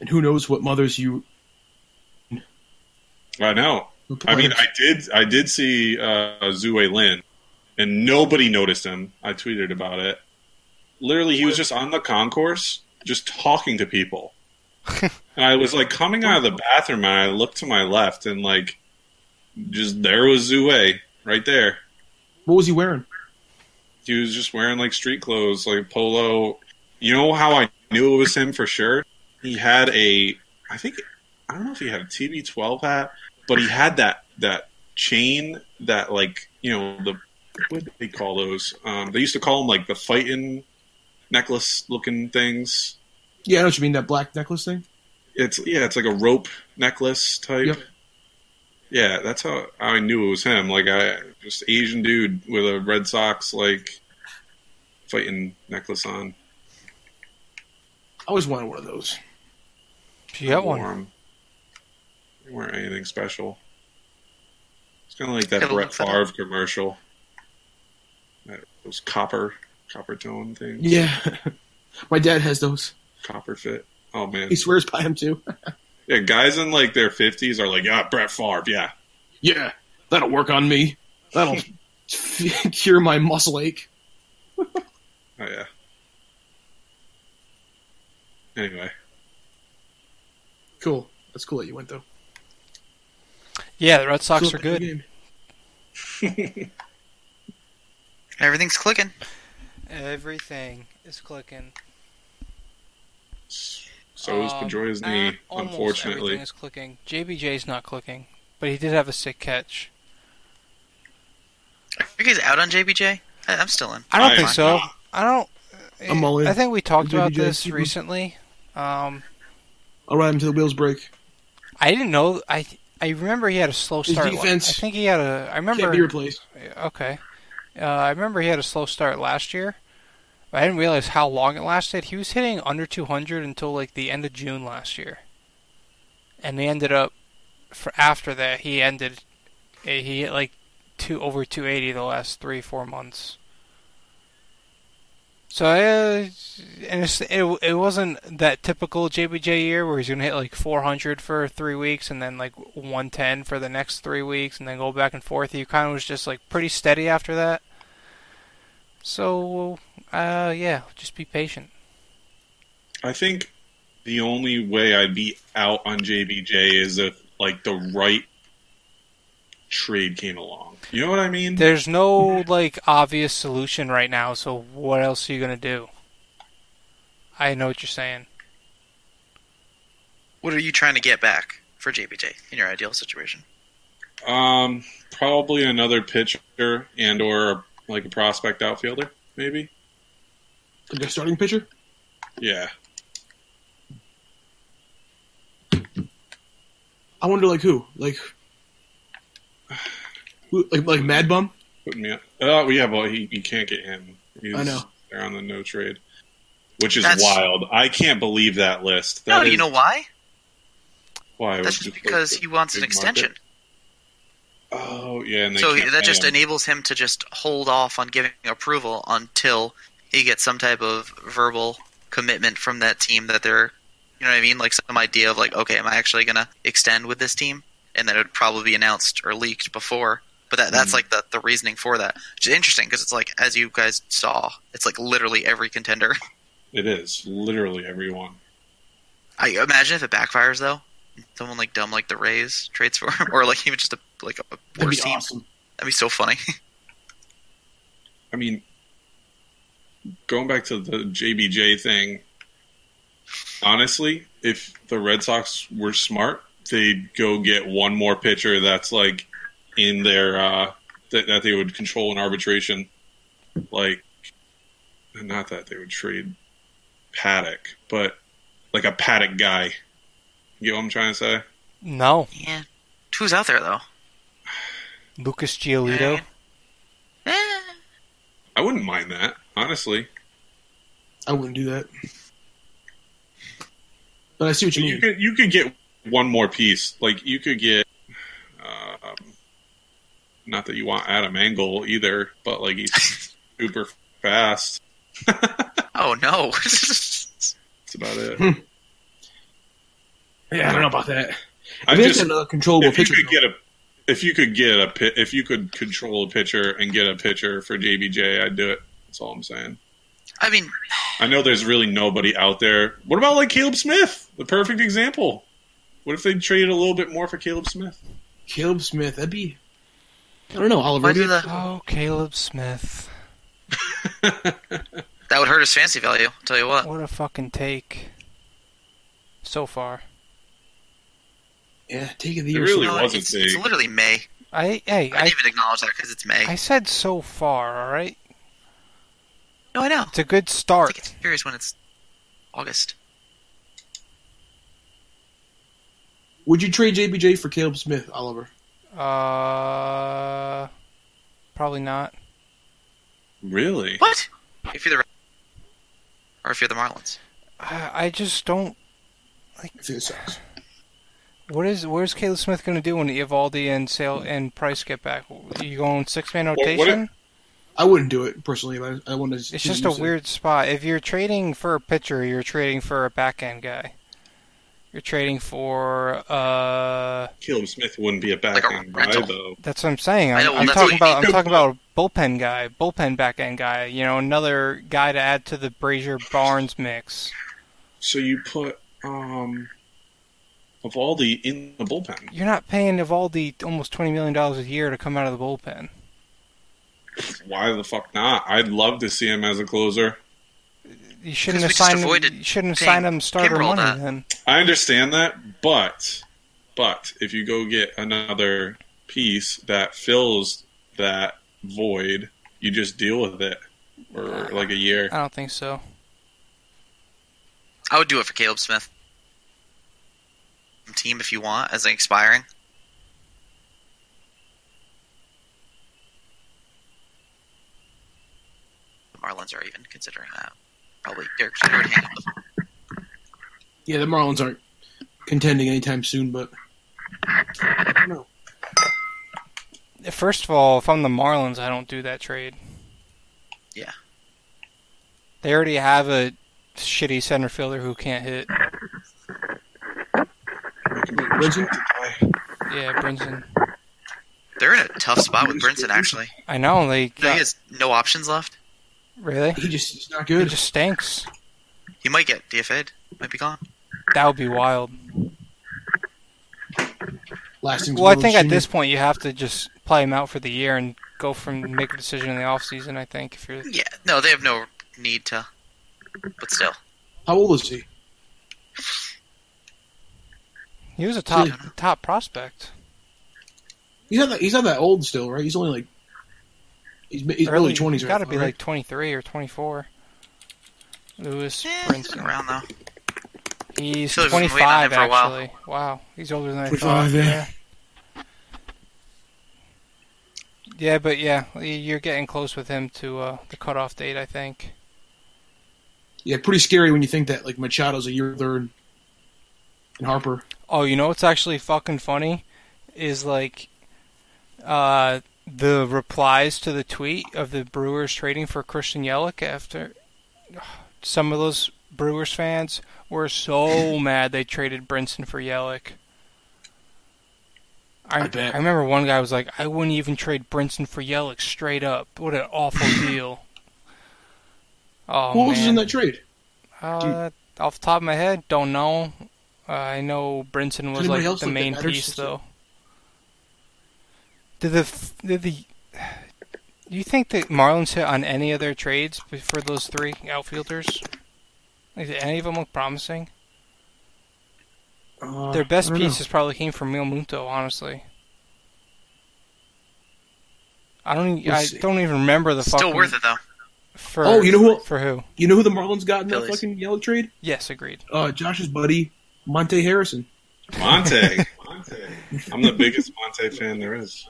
B: And who knows what mothers you?
D: I know. I mean, I did I did see uh, Zue Lin, and nobody noticed him. I tweeted about it. Literally, he was just on the concourse, just talking to people. and I was like coming out of the bathroom, and I looked to my left, and like, just there was Zue right there.
B: what was he wearing?
D: He was just wearing like street clothes, like polo. You know how I knew it was him for sure? He had a, I think, I don't know if he had a TB12 hat, but he had that that chain that like you know the what do they call those? Um, they used to call them like the fighting necklace looking things.
B: Yeah, I know what you mean. That black necklace thing.
D: It's yeah, it's like a rope necklace type.
B: Yep.
D: Yeah, that's how I knew it was him. Like I just Asian dude with a Red Sox like fighting necklace on.
B: I always wanted one of those.
A: You got one.
D: warm. They weren't anything special. It's kind of like that
C: Gotta
D: Brett
C: look that
D: Favre commercial. That those copper, copper tone things.
B: Yeah, my dad has those.
D: Copper fit. Oh man,
B: He swears by him too.
D: yeah. Guys in like their fifties are like, yeah, Brett Favre. Yeah,
B: yeah, that'll work on me. That'll cure my muscle ache.
D: oh yeah. Anyway,
B: Cool. That's cool that you went though.
A: Yeah, the Red Sox
B: Cool.
A: are good.
B: Game.
C: Everything's clicking.
A: Everything is clicking.
D: so is
A: Um,
D: Pedroia's
A: ah,
D: knee.
A: almost
D: unfortunately,
A: everything is clicking. JBJ's not clicking, but he did have a sick catch.
C: Are you guys out on JBJ? I, I'm still in.
A: I don't
D: I
A: think
D: am
A: so.
D: not.
A: I don't.
B: I'm all in.
A: I think we talked
B: JBJ
A: about this
B: people.
A: recently. Um,
B: I'll ride him till the wheels break.
A: I didn't know. I I remember he had a slow
B: His
A: start. la-
B: defense
A: I think he had a. I remember.
B: Can't be replaced.
A: Okay. Uh, I remember he had a slow start last year. I didn't realize how long it lasted. He was hitting under 200 until like the end of June last year, and they ended up for after that he ended eh, he hit like two over 280 the last three four months. So uh, and it's, it it wasn't that typical JBJ year where he's gonna hit like 400 for three weeks and then like 110 for the next three weeks and then go back and forth. He kind of was just like pretty steady after that. So uh, yeah, just be patient.
D: I think the only way I'd be out on JBJ is if like the right trade came along. You know what I mean?
A: There's no like obvious solution right now. So what else are you gonna do? I know what you're saying.
C: What are you trying to get back for JBJ in your ideal situation?
D: Um, probably another pitcher and or like a prospect outfielder, maybe.
B: Like a starting pitcher.
D: Yeah,
B: I wonder, like who? Like, who, like like Mad Bum?
D: putting me. Up. Oh yeah, well he you can't get him. He's,
B: I know.
D: they're on the no trade, which is
C: That's-
D: wild. I can't believe that list.
C: No,
D: That
C: you
D: is
C: know why?
D: why? it was
C: That's just
D: like,
C: because
D: the
C: he wants an
D: big market.
C: extension.
D: Oh yeah, and they
C: So
D: can't
C: that
D: pay
C: just
D: him.
C: enables him to just hold off on giving approval until he gets some type of verbal commitment from that team that they're, you know what I mean? Like some idea of like, okay, am I actually going to extend with this team? And then it would probably be announced or leaked before. But that,
D: Mm-hmm.
C: that's like the, the reasoning for that, which is interesting because it's like, as you guys saw, it's like literally every contender.
D: it is literally everyone.
C: I imagine if it backfires though, someone like dumb like the Rays trades for him, or like even just a like a
B: That'd
C: worse
B: be
C: team.
B: awesome.
C: That'd be so funny.
D: I mean, going back to the JBJ thing, honestly, if the Red Sox were smart, they'd go get one more pitcher that's like in their uh, that, that they would control in arbitration. Like, not that they would trade Paddock, but like a Paddock guy. You know what I'm trying to say?
A: No,
C: Yeah. Who's out there though?
A: Lucas Giolito.
C: Eh,
D: I wouldn't mind that, honestly.
B: I wouldn't do that. But I see what you
D: You
B: mean.
D: could you could get one more piece. Like you could get, um, not that you want Adam Angle either, but like he's super fast.
C: Oh no.
D: That's about it.
B: Yeah, I don't know about that.
D: I
B: I think
D: just
B: it's another controllable
D: if you
B: pitcher.
D: could get a if you could get a pi- if you could control a pitcher and get a pitcher for JBJ, I'd do it. That's all I'm saying.
C: I mean,
D: I know there's really nobody out there. What about like Caleb Smith? The perfect example. What if they traded a little bit more for Caleb Smith?
B: Caleb Smith, that'd be. I don't know, Oliver.
C: why do
B: Maybe,
C: the,
A: Oh, Caleb Smith.
C: that would hurt his fancy value. I'll tell you what.
A: What a fucking take. So far,
B: yeah, take it the
D: It
B: year.
D: really
B: so-
D: was. wasn't
C: it's,
D: big.
C: it's literally May.
A: I hey
C: I
A: I,
C: didn't even acknowledge that because it's May.
A: I said so far. All right,
C: no, I know.
A: it's a good
C: I think
A: start.
C: it's curious when it's August.
B: Would you trade JBJ for Caleb Smith, Oliver?
A: Uh, probably not.
D: Really?
C: What? If you're the or if you're the Marlins,
A: I, I just don't.
B: I think it sucks.
A: What is where's Caleb Smith going to do when Ivaldi and Sale and Price get back? You going six man
D: what
A: rotation?
D: if-
B: I wouldn't do it personally. But I, I want to.
A: It's just a weird spot. If you're trading for a pitcher, you're trading for a back end guy. You're trading for uh.
D: Caleb Smith wouldn't be a back end
C: Like a
D: guy
C: rental.
D: though.
A: That's what I'm saying.
C: I
A: I'm,
C: know, well,
A: I'm
C: that's
A: talking
C: what you
A: about. I'm
C: need.
A: talking about a bullpen guy, bullpen back end guy. You know, another guy to add to the Brazier Barnes mix.
D: So you put um Evaldi in the bullpen.
A: You're not paying Evaldi almost twenty million dollars a year to come out of the bullpen.
D: Why the fuck not? I'd love to see him as a closer.
A: You shouldn't
C: 'Cause we
A: have
C: just
A: signed.
C: avoided
A: Him, you shouldn't have
C: paying
A: signed him starter
C: Kimbrel
A: money
C: that.
A: then.
D: I understand that, but but if you go get another piece that fills that void, you just deal with it for like a year.
A: I don't think so.
C: I would do it for Caleb Smith. Team, if you want, as an expiring. The Marlins are even considering that. Probably they're considering hanging up the-
B: Yeah, the Marlins aren't contending anytime soon, but I don't know.
A: First of all, if I'm the Marlins, I don't do that trade.
C: Yeah.
A: They already have a shitty center fielder who can't hit.
B: Brinson?
A: Yeah, Brinson.
C: They're in a tough spot with Brinson. Actually,
A: I know they
C: he
A: got,
C: has no options left.
A: really.
B: He just he's not
A: It
B: good.
A: just stinks.
C: He might get DFA'd. Might be gone.
A: That would be wild.
B: Last thing's
A: Well, I
B: Marlins
A: think at
B: Jr..
A: this point you have to just play him out for the year and go from make a decision in the off season. I think if you're
C: Yeah, no, they have no need to. But still,
B: how old is he?
A: he was a top
B: Yeah.
A: top prospect,
B: He's not that, he's not that old still, right? He's only like he's, he's early twenties.
A: Got to
B: right
A: be
B: now, right?
A: like 23 or 24. Lewis
C: eh, he's been
A: Brinson.
C: around though.
A: He's
C: Phillies been waiting on
A: 25
C: him for a while.
A: actually. Wow, he's older than I thought.
B: 25, yeah.
A: Yeah. Yeah, but yeah, you're getting close with him to uh, the cutoff date. I think.
B: yeah, pretty scary when you think that like Machado's a year older and, and Harper.
A: Oh, you know what's actually fucking funny is like uh, the replies to the tweet of the Brewers trading for Christian Yelich after some of those Brewers fans were so mad they traded Brinson for Yelich. I,
B: I bet.
A: I remember one guy was like, "I wouldn't even trade Brinson for Yelich straight up. What an awful deal." Oh,
B: Who else is
A: man.
B: in that trade?
A: Uh, off the top of my head, don't know. Uh, I know Brinson was
B: Anybody
A: like
B: else
A: the
B: look at
A: main
B: matters
A: piece,
B: since-
A: though. Did the f- did the do you think that Marlins hit on any of their trades for those three outfielders? Like, did any of them look promising?
B: Uh,
A: Their best
B: I don't know.
A: pieces probably came from Mil Muto, honestly. I don't. e-
B: We'll
A: I
B: see.
A: don't even remember the
C: Still
A: fucking.
C: worth it though.
A: For,
B: Oh, you know who-
A: For who?
B: You know who the Marlins got in that
C: Phillies.
B: fucking yellow trade?
A: Yes, agreed.
B: Uh, Josh's buddy, Monte Harrison.
D: Monte. Monte. I'm the biggest Monte fan there is.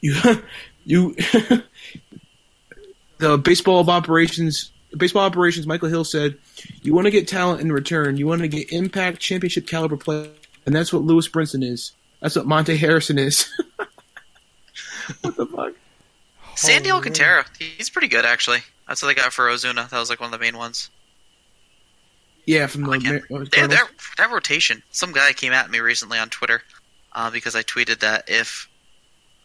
B: You, you, the baseball of operations, baseball operations. Michael Hill said, "You want to get talent in return. You want to get impact, championship caliber play, and that's what Lewis Brinson is. That's what Monte Harrison is. what the fuck?
C: Sandy
A: Holy-
C: Alcantara, he's pretty good actually. That's what they got for Ozuna. That was like one of the main ones.
B: Yeah, from the
C: Like, Oh, yeah.
B: Mar- uh,
C: That,
B: Cardinals.
C: that, that rotation. Some guy came at me recently on Twitter uh, because I tweeted that if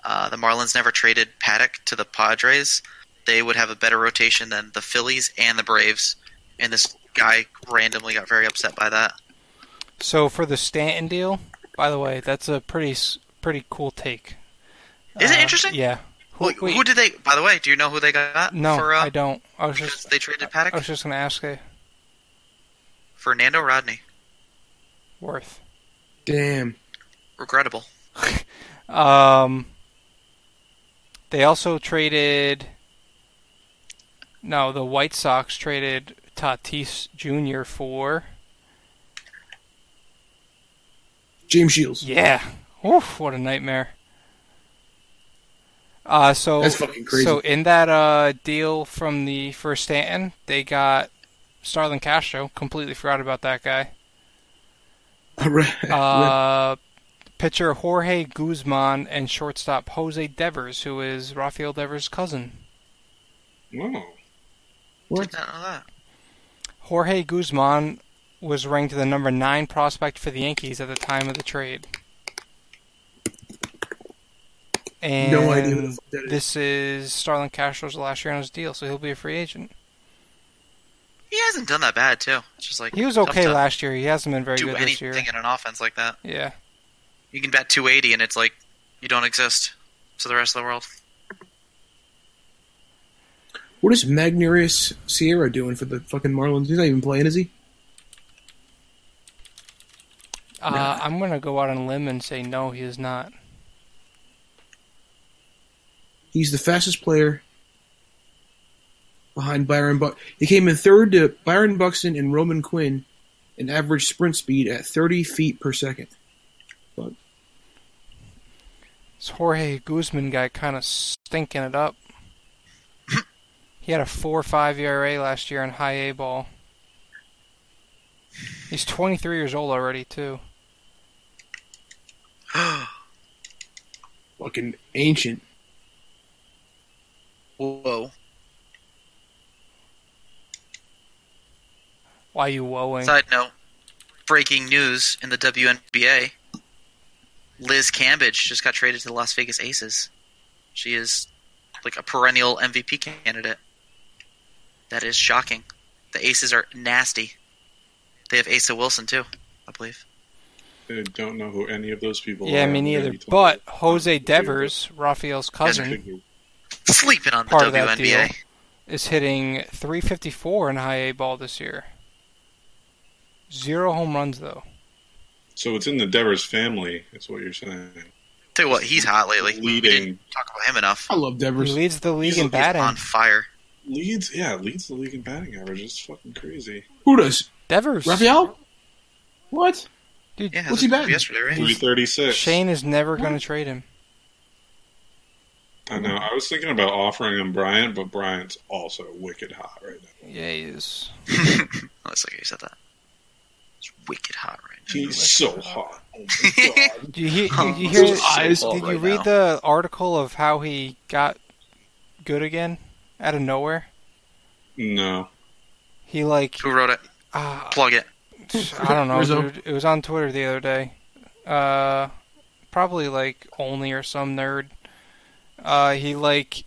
C: uh, the Marlins never traded Paddock to the Padres, they would have a better rotation than the Phillies and the Braves. And this guy randomly got very upset by that.
A: So for the Stanton deal, by the way, that's a pretty s- pretty cool take.
C: Is it
A: Uh,
C: interesting?
A: Yeah. Who,
C: Wait,
A: wait,
C: who did they? By the way, do you know who they got?
A: no,
C: for, uh,
A: I don't. I was
C: Because
A: just
C: they traded
A: I
C: Paddock.
A: was just gonna ask a
C: Fernando Rodney.
A: worth.
B: Damn.
C: Regrettable.
A: Um. They also traded. No, the White Sox traded Tatis Jr. for
B: James Shields.
A: Yeah. Oof, what a nightmare. Uh, so
B: That's fucking crazy.
A: So in that uh, deal from the first Stanton, they got Starlin Castro. Completely forgot about that guy. Uh, pitcher Jorge Guzman and shortstop Jose Devers, who is Rafael Devers' cousin.
D: Oh.
C: Did not know that.
A: Jorge Guzman was ranked the number nine prospect for the Yankees at the time of the trade. And
B: no idea who the fuck that is.
A: This is Starlin Castro's last year on his deal, so he'll be a free agent.
C: He hasn't done that bad too. It's just like
A: He was
C: tough
A: okay
C: to
A: last year. He hasn't been very
C: do
A: good this year.
C: anything in an offense like that.
A: Yeah.
C: You can bet 280 and it's like you don't exist to the rest of the world.
B: What is Magnarius Sierra doing for the fucking Marlins? He's not even playing, is he?
A: Uh, I'm going to go out on a limb and say no, he is not.
B: He's the fastest player behind Byron Buck. He came in third to Byron Buxton and Roman Quinn an average sprint speed at 30 feet per second.
A: This Jorge Guzman guy kind of stinking it up. he had a 4 5 ERA last year in high E A ball. He's 23 years old already, too.
B: Fucking ancient.
C: Whoa.
A: Why you woeing?
C: Side note breaking news in the WNBA Liz Cambage just got traded to the Las Vegas Aces. She is like a perennial MVP candidate. That is shocking. The Aces are nasty. They have Asa Wilson too, I believe.
D: I don't know who any of those people
A: yeah,
D: are.
A: me neither.
D: Maybe tell
A: But
D: me.
A: Jose Devers, Rafael's cousin,
C: Sleeping on the
A: Part of that
C: WNBA.
A: deal. is hitting 354 in high A ball this year. Zero home runs though.
D: So it's in the Devers family, is what you're saying.
C: Tell you what, he's hot lately. We didn't
D: Leading
C: talk about him enough.
B: I love
A: He
B: Devers.
A: leads the league
D: he's
A: in
D: a-
C: on
A: Oh, batting.
C: fire.
D: leads, yeah, leads the league in batting average. It's fucking crazy.
B: Who does?
A: Devers.
B: Rafael? What?
A: Dude,
C: Yeah,
B: What's
C: that's
B: he batting?
C: Yesterday, right?
D: Three thirty six.
A: Shane is never going to trade him.
D: I know. I was thinking about offering him Bryant, but Bryant's also wicked hot right now.
A: Yeah, he is.
C: Looks like you said that. It's wicked hot right now.
D: He's so hot. Oh my god.
A: Do you, hear-
C: Oh,
A: did you
C: those
A: hear?
C: are eyes
A: did
C: right
A: you read
C: now.
A: the article of how he got good again out of nowhere?
D: no.
A: He like
C: Who wrote it?
A: ah,
C: Plug it.
A: I don't know,
B: Rizzo.
A: dude. It was on Twitter the other day. Uh, probably like only or some nerd. Uh, he like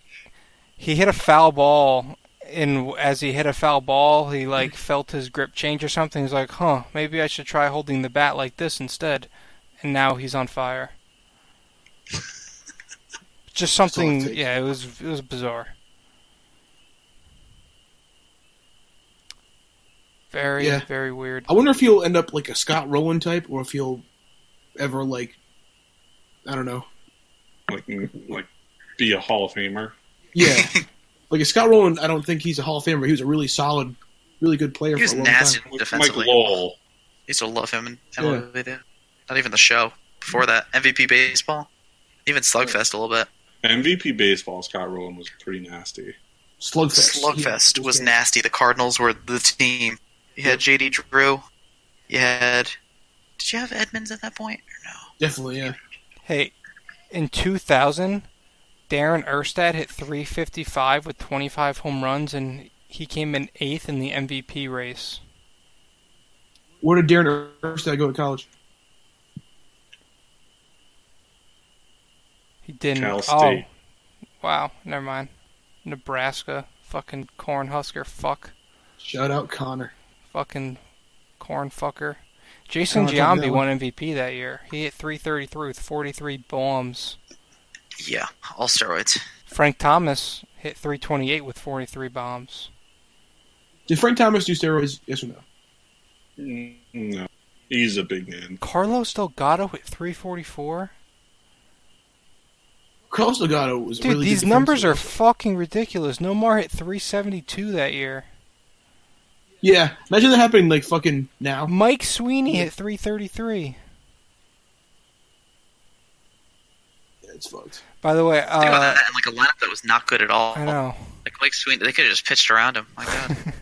A: he hit a foul ball, and as he hit a foul ball, he like felt his grip change or something. He's like, "Huh, maybe I should try holding the bat like this instead." And now he's on fire. Just something,
B: take.
A: yeah. It was it was bizarre. Very
B: Yeah.
A: very weird.
B: I wonder if he'll end up like a Scott Rowland type or if he'll ever like I don't know,
D: like m- like be a Hall of Famer.
B: Yeah. like Scott Rowland, I don't think he's a Hall of Famer. He was a really solid, really good player.
C: He
B: for
C: was
B: a long
C: nasty
B: Time.
D: Like Mike
C: defensively.
D: Lowell.
C: used to love him in MLB. dude. Not even the show. Before that, MVP baseball. Even Slugfest a little bit.
D: MVP baseball, Scott Rowland was pretty nasty.
B: Slugfest.
C: Slugfest
B: Yeah.
C: was nasty. The Cardinals were the team. You had JD Drew. You had. Did you have Edmonds at that point? Or no.
B: Definitely, yeah.
A: Hey, in 2000, Darren Erstad hit 355 with 25 home runs, and he came in eighth in the MVP race.
B: Where did Darren Erstad go to college?
A: He didn't.
D: Cal
A: oh,
D: State.
A: wow. Never mind. Nebraska. Fucking cornhusker. Fuck.
B: Shout out Connor.
A: Fucking corn fucker. Jason
B: Oh, I thought
A: Giambi
B: that
A: won MVP that year. He hit 333 with 43 bombs.
C: Yeah, all steroids.
A: Frank Thomas hit 328 with 43 bombs.
B: Did Frank Thomas do steroids? Yes or no?
D: Mm, No, he's a big man.
A: Carlos Delgado hit 344.
B: Carlos Delgado was a
A: Dude,
B: really
A: these
B: good
A: numbers are
B: defensive-
A: fucking ridiculous. Nomar hit 372 that year.
B: Yeah, imagine that happening like fucking now.
A: Mike Sweeney hit 333.
B: Yeah, it's fucked.
A: By the way,
C: Think about
A: uh,
C: that in like a lineup that was not good at all.
A: I know.
C: Like Mike Sweeney, they could have just pitched around him. My God.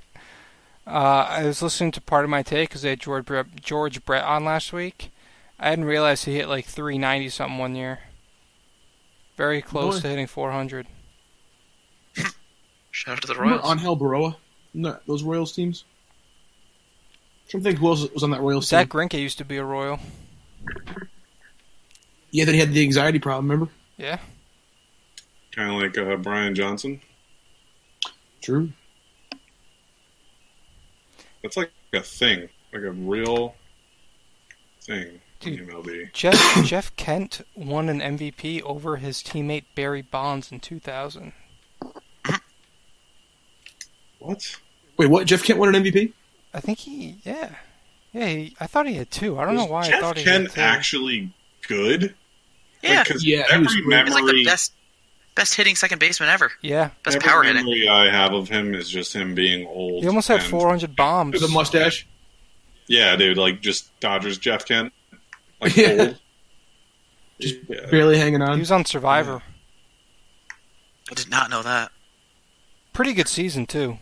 A: Uh, I was listening to part of my take because they had George Brett, George Brett on last week. I didn't realize he hit like 390 something one year. Very close
B: Boy.
A: to hitting 400.
C: Shout out to the Royals.
B: Remember Angel Baroa? No, those Royals teams? I'm trying to think who else was on that Royals
A: Zach
B: team.
A: Greinke used to be a Royal.
B: Yeah, then he had the anxiety problem, remember?
A: Yeah.
D: Kind of like uh, Brian Johnson.
B: True.
D: That's like a thing, like a real thing in
A: Dude.
D: MLB.
A: Jeff Jeff Kent won an MVP over his teammate Barry Bonds in 2000.
D: What?
B: Wait, what? Jeff Kent won an MVP?
A: I think he, yeah, yeah. He, I thought he had two. I don't know
D: Was
A: why
D: Jeff
A: I thought he
D: Kent
A: had two.
D: actually good?
C: yeah,
D: because
B: Yeah, he
D: every
B: was great.
C: he's like the
D: memory,
C: best, best hitting second baseman ever.
A: yeah,
C: Best
D: every
C: power hitting.
D: memory I have of him is just him being old.
A: he almost had
D: and-
A: 400 bombs.
B: With a mustache?
D: Yeah, dude, like just Dodgers Jeff Kent, like
B: Yeah.
D: old.
B: Just
D: Yeah.
B: barely hanging
A: He
B: on.
A: was on Survivor.
C: I did not know that.
A: Pretty good season too.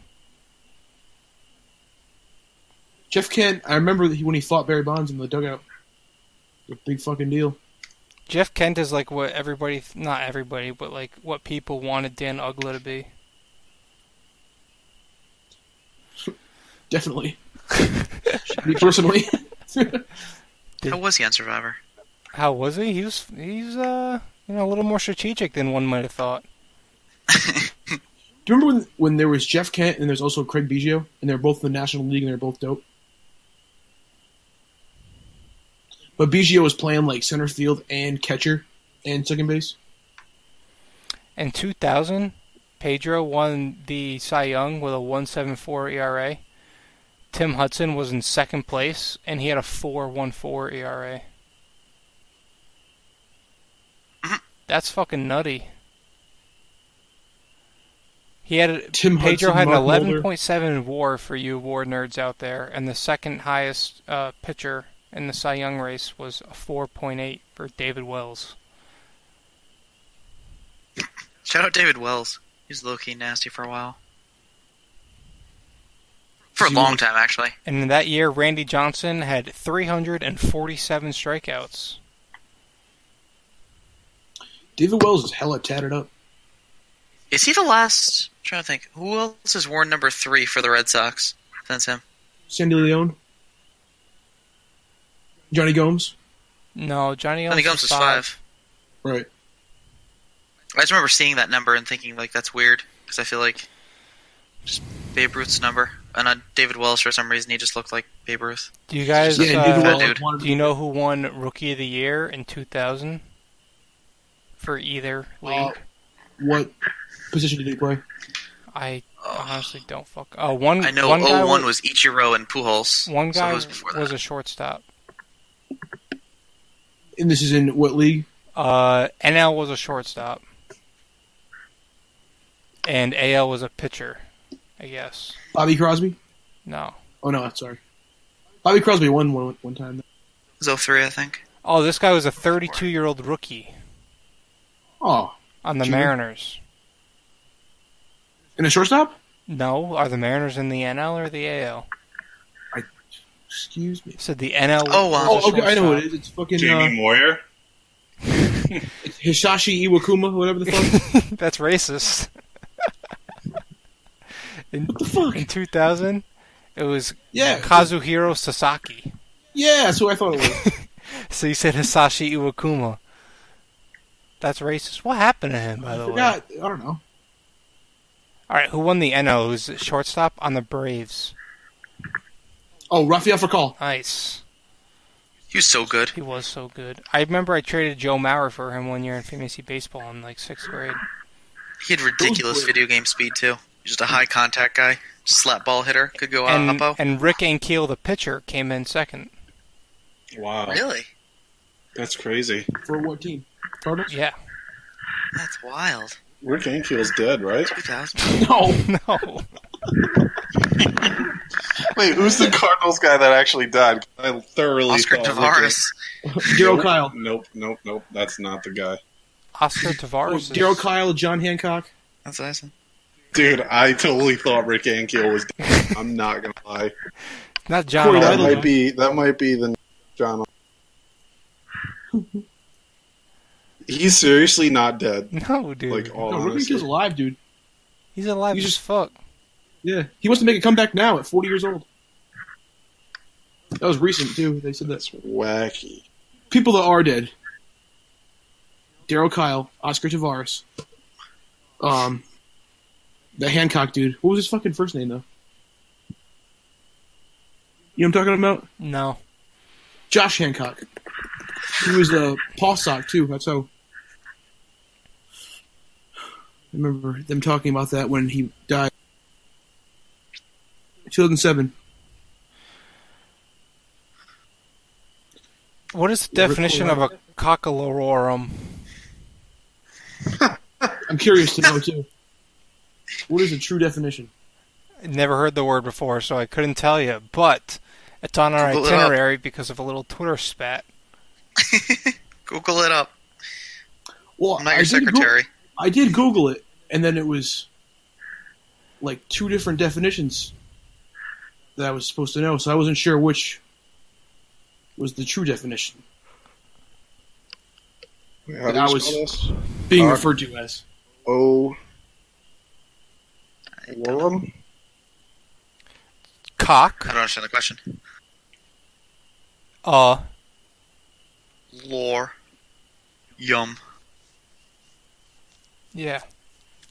B: Jeff Kent, I remember that he, when he fought Barry Bonds in the dugout. A big fucking deal.
A: Jeff Kent is like what everybody, not everybody, but like what people wanted Dan Ugla to be.
B: Definitely. Me personally.
A: Did-
C: How was he on Survivor?
A: How was he? He was he's uh you know a little more strategic than one might have thought.
B: Do you remember when, when there was Jeff Kent and there's also Craig Biggio, and they're both in the National League and they're both dope? But Biggio was playing like center field and catcher and second base.
A: In 2000, Pedro won the Cy Young with a 1.74 ERA. Tim Hudson was in second place, and he had a 4.14 ERA. That's fucking nutty. He had a,
B: Tim
A: Pedro had
B: Hudson,
A: an
B: Mark Mulder.
A: 11.7 WAR for you WAR nerds out there, and the second highest uh, pitcher in the Cy Young race was a 4.8 for David Wells.
C: Shout out David Wells. He was low key nasty for a while. For a
B: He
C: long
B: was-
C: time, actually.
A: And in that year, Randy Johnson had 347 strikeouts.
B: David Wells is hella tatted up.
C: Is he the last? I'm trying to think. Who else is worn number three for the Red Sox? That's him.
B: Sandy Leone, Johnny Gomes,
A: No, Johnny
C: I
A: Ellis
C: think Gomes
A: was
C: is
A: five.
C: five.
B: right?
C: I just remember seeing that number and thinking like that's weird because I feel like just Babe Ruth's number and on David Wells for some reason he just looked like Babe Ruth.
A: Do you guys?
B: yeah, and
A: uh,
B: David Wells
C: dude.
B: wanted-
A: do you know who won Rookie of the Year in 2000 for either league?
B: Uh, what position did he play?
A: I
C: Oh,
A: honestly don't fuck. Oh, one.
C: I know
A: One guy
C: 01
A: was,
C: was Ichiro and Pujols.
A: one
C: so
A: guy
C: it was
A: was,
C: before that.
A: a shortstop.
B: And this is in what league?
A: Uh, NL was a shortstop, and AL was a pitcher. I guess
B: Bobby Crosby.
A: no.
B: Oh no, sorry. Bobby Crosby won one one time.
C: It was 03, I think.
A: Oh, this guy was a 32-year-old rookie
B: Oh,
A: on the
B: Junior?
A: Mariners.
B: and a shortstop?
A: No, are the Mariners in the NL or the AL?
B: Excuse me.
A: I said the NL.
C: Oh, wow.
A: was
B: Oh,
A: a
B: okay, I know what
A: shortstop.
B: it is. It's fucking uh,
D: Jamie Moyer.
B: Hishashi Iwakuma, whatever the fuck.
A: That's racist. in,
B: what the fuck?
A: in 2000, it was
B: Yeah.
A: Kazuhiro Sasaki.
B: Yeah, that's what I thought it was.
A: So you said Hisashi Iwakuma. That's racist. What happened to him, by
B: I
A: the way?
B: forgot. I don't know.
A: All right, who won the NL? Who's shortstop on the Braves?
B: Oh, Rafael Fakal.
A: Nice.
C: He was so good.
A: He was so good. I remember I traded Joe Mauer for him one year in fantasy baseball in like sixth grade.
C: He had ridiculous
B: Those were-
C: video game speed, too. Just a high contact guy. Slap ball hitter. Could go out
A: And,
C: and, up
A: and Rick Ankiel, the pitcher, came in second.
D: Wow,
C: Really?
D: that's crazy.
B: For what team? Cardinals?
A: Yeah.
C: That's wild.
D: Rick Ankiel's dead, right?
C: 2000.
B: No.
A: No.
D: Wait, who's the Cardinals guy that actually died? I thoroughly
C: Oscar
D: thought Rick
C: Tavares.
B: Daryl Kyle.
D: Nope, nope, nope. That's not the guy.
A: Oscar
B: Oh,
A: Tavares.
B: Daryl
A: is-
B: Kyle, John Hancock.
C: That's awesome.
D: Dude, I totally thought Rick Ankiel was dead. I'm not gonna lie.
A: Not John.
B: Corey
D: That
A: Oliver.
B: Idle.
D: might be that might be the John. He's seriously not dead.
A: No, dude.
D: Like all
B: No, Rick
D: honesty.
B: Ankiel's alive, dude.
A: He's alive
B: You
A: as
B: just-
A: fuck.
B: Yeah. He wants to make a comeback now at 40 years old. That was recent, too. They said that.
D: That's wacky.
B: People that are dead. Daryl Kyle, Oscar Tavares. Um, the Hancock dude. What was his fucking first name, though? You know what I'm talking about?
A: No.
B: Josh Hancock. He was a Paul sock too. That's how. I remember them talking about that when he died. 2007.
A: What is the
B: Yeah, Rick
A: definition of
B: Ankiel.
A: a cockalorum?
B: I'm curious to know too. What is the true definition?
A: Never heard the word before, so I couldn't tell you. But it's on our
C: Google it up.
A: itinerary because of a little Twitter spat.
C: Google it up.
B: Well,
C: I'm not your
B: did Goo-
C: secretary.
B: I did Google it, and then it was like two different definitions that I was supposed to know, so I wasn't sure which was the true definition
D: Wait, How do
B: That
D: you
B: was-
D: spell this?
B: being
D: Uh,
B: referred to as.
D: O. Lorem?
C: I
A: Cock.
C: don't understand the question.
A: Uh,
C: Lore. Yum.
A: yeah,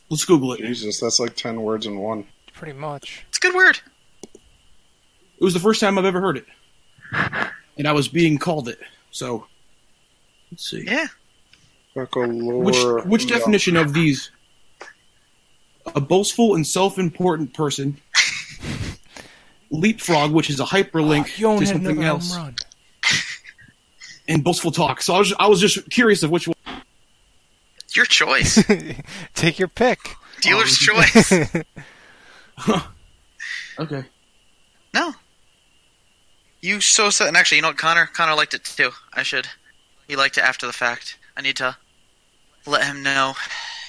B: Let's Google it.
D: Jesus, that's like ten words in one.
A: pretty much.
C: It's a good word.
B: It was the first time I've ever heard it, and I was being called it. So, let's see.
C: Yeah.
B: Which
D: Cockalorum.
B: which definition of these? A boastful and self-important person. Leapfrog, which is a
A: Ah,
B: hyperlink
A: you only
B: to
A: had
B: something
A: another home
B: else,
A: run.
B: and boastful talk. So I was, I was just curious of which one.
C: It's Your choice.
A: Take your pick.
C: Dealer's
B: Oh,
C: choice.
B: Okay.
C: No. You so so. And actually, you know what? Connor Connor liked it too. I should. He liked it after the fact. I need to let him know.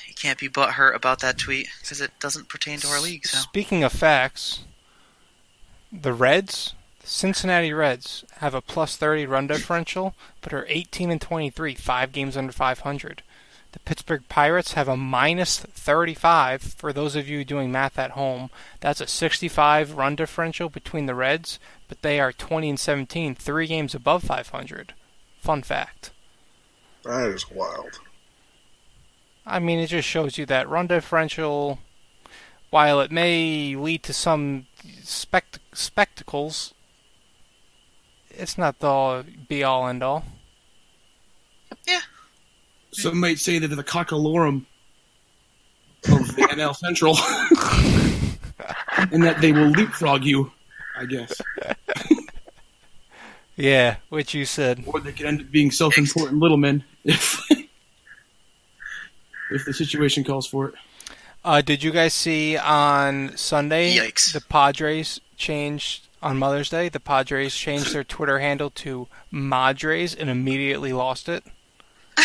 C: He can't be butthurt about that tweet because it doesn't pertain to our league. So
A: Speaking of facts, the Reds, the Cincinnati Reds, have a plus 30 run differential, but are 18 and 23, five games under 500. The Pittsburgh Pirates have a minus 35. For those of you doing math at home, that's a 65 run differential between the Reds, but they are 20 and 17, three games above 500. Fun fact.
D: That is wild.
A: I mean, it just shows you that run differential, while it may lead to some spect- spectacles, it's not the be all end all.
B: Some might say that they're the cockalorum of the NL Central, and that they will leapfrog you. I guess,
A: Yeah, which you said.
B: or they could end up being self-important little men if if the situation calls for it.
A: Uh, did you guys see on Sunday
C: Yikes.
A: the Padres changed on Mother's Day? The Padres changed their Twitter handle to Madres and immediately lost it.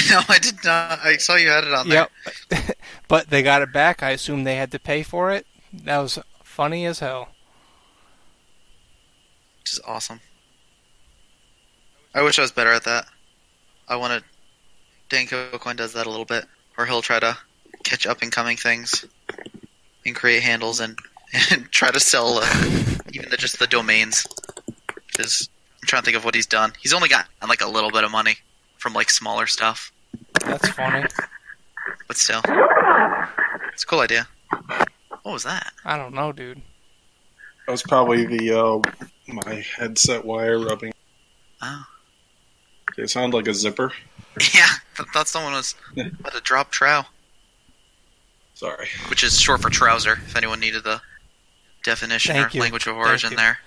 C: no, I did not. I saw you had it on there.
A: Yep. but they got it back. I assume they had to pay for it. That was funny as hell.
C: Which is awesome. I wish I was better at that. I want to. Dan Coquin does that a little bit, or he'll try to catch up and coming things and create handles and, and try to sell uh, even the, just the domains. Which is, I'm trying to think of what he's done. He's only got like a little bit of money from like smaller stuff,
A: That's funny.
C: but still, it's a cool idea. What was that?
A: I don't know, dude.
D: That was probably the uh, my headset wire rubbing.
C: Oh.
D: It sounded like a zipper.
C: Yeah, I thought someone was about to drop trow.
D: Sorry.
C: which is short for trouser. If anyone needed the definition
A: Thank
C: or
A: you.
C: language of origin,
A: you.
C: there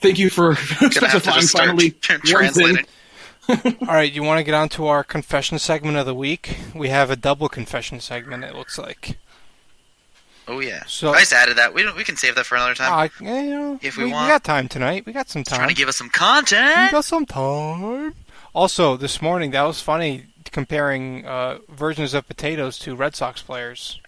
B: Thank you for
C: gonna have to
B: specifying
C: just start
B: finally.
C: tra-
B: one thing.
C: translating.
A: All right, you want to get on to our confession segment of the week? We have a double confession segment. It looks like.
C: Oh yeah,
A: So-
C: I just added that. We don't, we can save that for another time.
A: Ah, yeah, you know,
C: Uh, If we
A: we
C: want-
A: got time tonight. We got some
C: Just trying
A: time.
C: to give us some
A: we
C: content.
A: got some time. Also, this morning that was funny comparing uh, versions of potatoes to Red Sox players.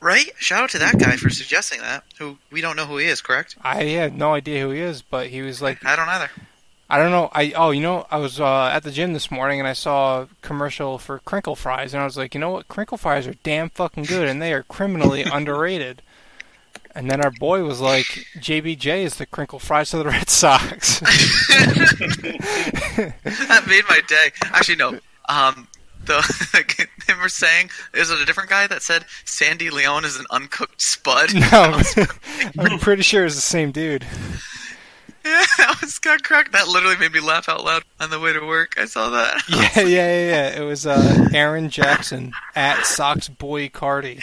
C: Right? Shout out to that guy for suggesting that. Who we don't know who he is, correct?
A: I had no idea who he is, but he was like,
C: I don't either.
A: I don't know. I oh, you know, I was uh, at the gym this morning and I saw a commercial for crinkle fries, and I was like, you know what, crinkle fries are damn fucking good, and they are criminally underrated. And then our boy was like, JBJ is the crinkle fries of the Red Sox.
C: that made my day. Actually, no. Um, the they were saying is it a different guy that said Sandy Leone is an uncooked spud?
A: no, I'm pretty sure it's the same dude.
C: yeah, I was got cracked. That literally made me laugh out loud on the way to work. I saw that.
A: Yeah, yeah, yeah, yeah. It was uh, Aaron Jackson at Sox Boy Cardi.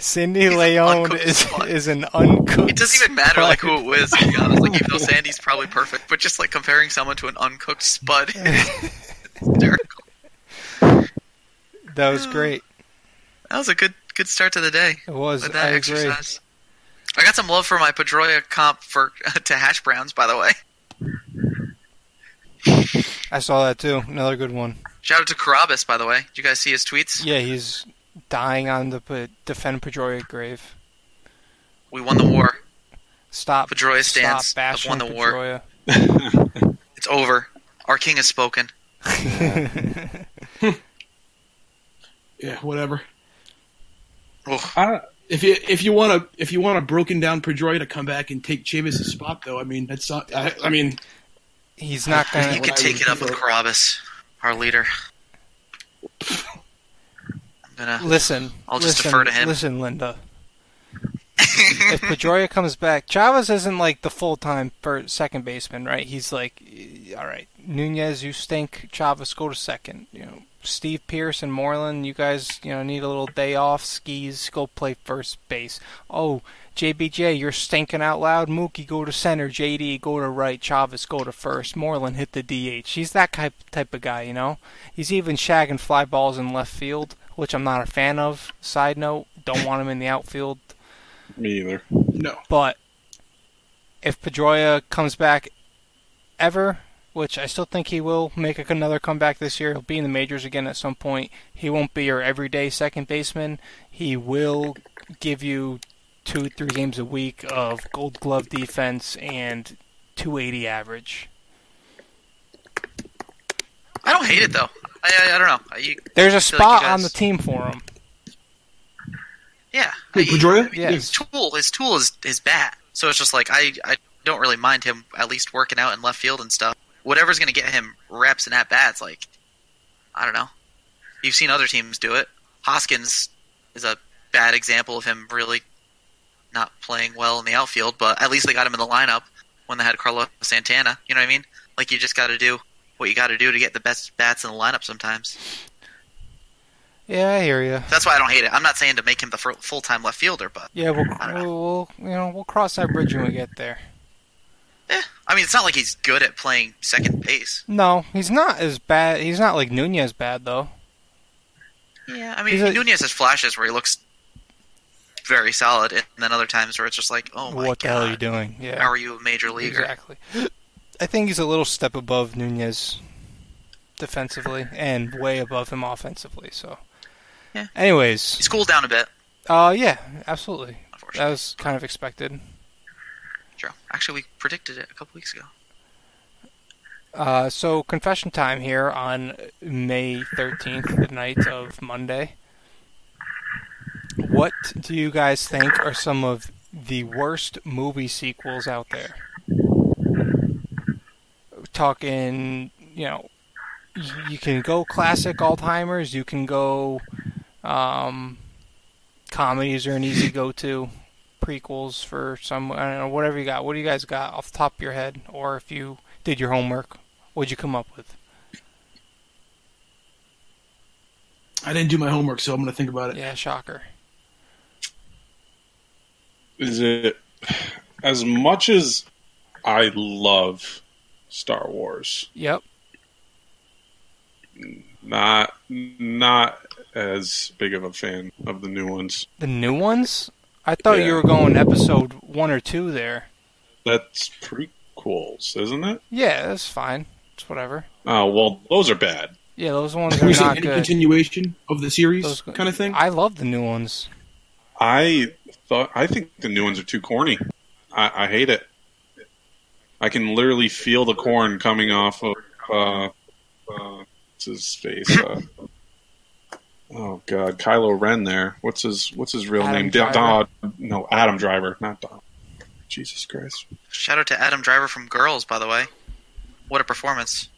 A: Cindy Leone
C: uncooked
A: is,
C: spud.
A: is an uncooked.
C: It doesn't even matter like
A: spud.
C: who it was, to be honest. Like even though Sandy's probably perfect, but just like comparing someone to an uncooked spud is hysterical.
A: That was great.
C: That was a good good start to the day
A: It was.
C: with
A: I
C: that
A: agree.
C: exercise. I got some love for my Pedroia comp for to hash browns, by the way.
A: I saw that too. Another good one.
C: Shout out to Carabas, by the way. Did you guys see his tweets?
A: Yeah, he's dying on the P- defend Pedroia grave.
C: We won the war.
A: Stop.
C: Pedroia
A: stop
C: stands. I've
A: bashing
C: won the war.
A: Pedroia.
C: It's over. Our king has spoken.
B: Yeah, whatever.
C: Oh,
D: I,
B: If you if you want to if you want a broken down Pedroia to come back and take Chavis' spot, though, I mean that's not. I, I mean,
A: He's not gonna.
C: you could
B: I
C: take
B: would
C: it up with
B: prefer.
C: Carabas, our leader. I'm gonna.
A: Listen.
C: I'll just
A: listen,
C: defer to him.
A: Listen, Linda. if Pedroia comes back, Chavez isn't like the full time for second baseman, right? He's like, eh, all right, Nunez, you stink. Chavez, go to second. You know, Steve Pierce and Moreland, you guys, you know, need a little day off. Skis, go play first base. Oh, JBJ, you're stinking out loud. Mookie, go to center. JD, go to right. Chavez, go to first. Moreland, hit the DH. He's that type type of guy, you know. He's even shagging fly balls in left field, which I'm not a fan of. Side note, don't want him in the outfield.
D: me either.
B: no.
A: But if Pedroia comes back ever, which I still think he will make another comeback this year, he'll be in the majors again at some point. He won't be your everyday second baseman. He will give you two, three games a week of gold glove defense and 280 average.
C: I don't hate it though. I I, I don't know. You,
A: There's a
C: feel like
A: spot
C: you
A: on the
C: guys-
A: team for him.
C: yeah.
B: Wait,
C: I-
B: Pedroia?
A: Yes.
C: his tool his tool is his bat. So it's just like I I don't really mind him at least working out in left field and stuff. Whatever's gonna get him reps and at bats, like I don't know. You've seen other teams do it. Hoskins is a bad example of him really not playing well in the outfield, but at least they got him in the lineup when they had Carlos Santana. You know what I mean? Like you just got to do what you got to do to get the best bats in the lineup sometimes.
A: Yeah, I hear you.
C: That's why I don't hate it. I'm not saying to make him the full time left fielder, but
A: Yeah, we'll,
C: I don't
A: we'll, we'll you know we'll cross that bridge when we get there.
C: Eh, I mean, it's not like he's good at playing second base.
A: No, he's not as bad. He's not like Nunez bad though.
C: Yeah, I mean,
A: He's a-
C: Nunez has flashes where he looks very solid, and then other times where it's just like, oh my
A: what the hell are you
C: god,
A: doing? Yeah,
C: how are you a major leaguer?
A: exactly. I think he's a little step above Nunez defensively and way above him offensively. So,
C: Yeah.
A: anyways,
C: He's cooled down a bit,
A: uh, yeah, absolutely. That
C: unfortunately.
A: was kind of expected.
C: True. Actually, we predicted it a couple weeks ago.
A: Uh, so confession time here on May 13th, the night of Monday. What do you guys think are some of the worst movie sequels out there? Talking, you know, y- you can go classic all timers, you can go um, comedies are an easy go to, prequels for some, I don't know, whatever you got. What do you guys got off the top of your head? Or if you did your homework. What'd you come up with?
B: I didn't do my homework, so I'm gonna think about it.
A: Yeah, shocker.
D: is it as much as I love Star Wars,
A: Yep.
D: not not as big of a fan of the new ones.
A: The new ones? I thought
D: Yeah.
A: you were going episode one or two there.
D: That's prequels, isn't it?
A: Yeah, that's fine. It's whatever.
D: Oh well, those are bad.
A: Yeah, those ones
B: Are
A: are
B: you saying
A: not
B: any
A: good.
B: continuation of the series
A: Those-
B: kind of thing?
A: I love the new ones.
D: I thought I think the new ones are too corny. I, I hate it. I can literally feel the corn coming off of uh, uh, what's his face. Uh, oh God, Kylo Ren. There. What's his What's his real
A: Adam
D: name? Da-
A: Driver.
D: Dodd- no, Adam Driver, not Don. Jesus Christ.
C: Shout out to Adam Driver from Girls, by the way. What a performance!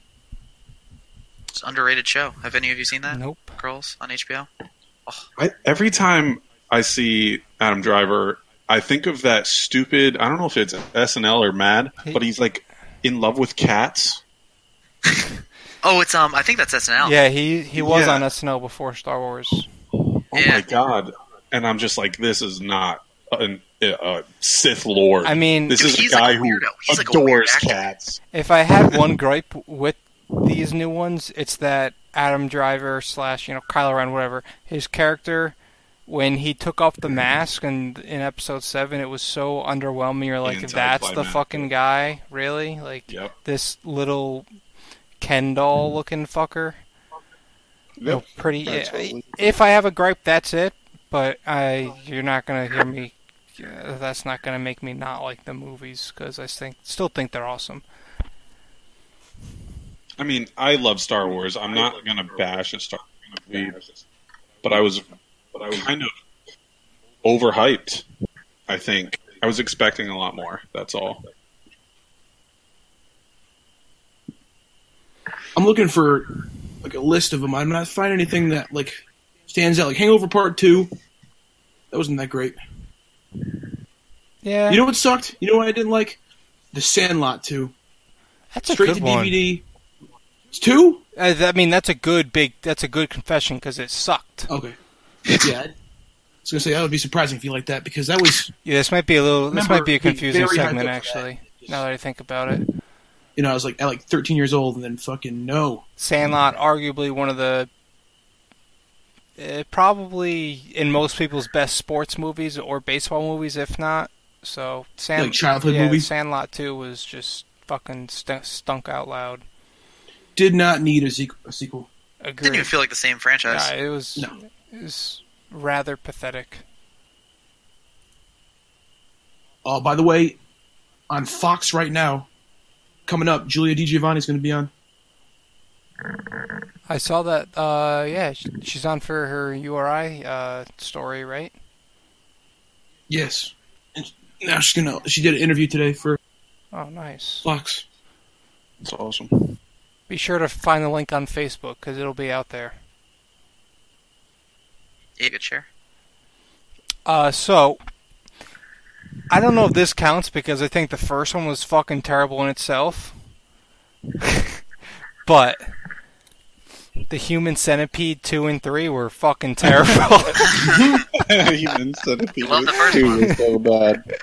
C: It's an underrated show. Have any of you seen that?
A: Nope.
C: Girls on HBO.
D: I, every time I see Adam Driver, I think of that stupid. I don't know if it's SNL or Mad, but he's like in love with cats.
C: Oh, it's um. I think that's SNL.
A: Yeah, he he was
D: Yeah.
A: on SNL before Star Wars.
D: Oh
C: Yeah.
D: my god! And I'm just like, this is not a, a Sith Lord.
A: I mean,
D: this
C: Dude,
D: is a
C: he's like
D: guy
C: a
D: who
C: weirdo. He's like a weird
D: adores
C: actor.
D: cats.
A: if I had one gripe with these new ones, it's that Adam Driver slash you know Kylo Ren, whatever his character, when he took off the mask and in episode seven, it was so underwhelming. You're like, that's the
D: Anticlimactic.
A: fucking guy, really? Like
D: Yep.
A: this little Ken doll looking fucker.
D: Yep.
A: Pretty.
D: Absolutely.
A: If I have a gripe, that's it. But I, you're not gonna hear me. yeah, That's not gonna make me not like the movies because I think still think they're awesome.
D: I mean, I love Star Wars. I'm not gonna bash a Star Wars movie, but I was, but I was kind of overhyped. I think I was expecting a lot more. That's all.
B: I'm looking for like a list of them. I'm not finding anything that like stands out. Like Hangover Part Two, that wasn't that great.
A: Yeah.
B: You know what sucked? You know what I didn't like? The Sandlot Two,
A: That's a
B: straight
A: good
B: to
A: one.
B: DVD. It's two?
A: I, I mean, that's a good big. That's a good confession because it sucked.
B: Okay. Yeah. I was gonna say that would be surprising if you like that because that was
A: Yeah, this might be a little. This
B: Remember,
A: might be a
B: we
A: confusing
B: very hyped
A: segment,
B: up for that.
A: actually. Now that I think about it,
B: you know I was like at like 13 years old and then fucking no.
A: Sandlot, arguably one of the, uh, probably in most people's best sports movies or baseball movies, if not. So Sand,
B: Like childhood
A: yeah,
B: movie?
A: Sandlot Two was just fucking st- stunk out loud.
B: Did not need a, sequ- a sequel.
A: Agreed.
C: Didn't even feel like the same franchise.
A: Yeah, it was.
B: No.
A: It was rather pathetic.
B: Oh, by the way, on Fox right now, coming up, Julia DiGiovanni is going to be on.
A: I saw that. Uh, yeah, sh- she's on for her URI uh, story, right?
B: Yes. And now she's gonna. She did an interview today for
A: Oh, nice.
B: Fox.
D: It's awesome.
A: Be sure to find the link on Facebook because it'll be out there.
C: Yeah, good share.
A: Uh, so I don't know if this counts because I think the first one was fucking terrible in itself. but the Human Centipede two and three were fucking terrible.
D: Even said it
C: Love the first
D: was so bad.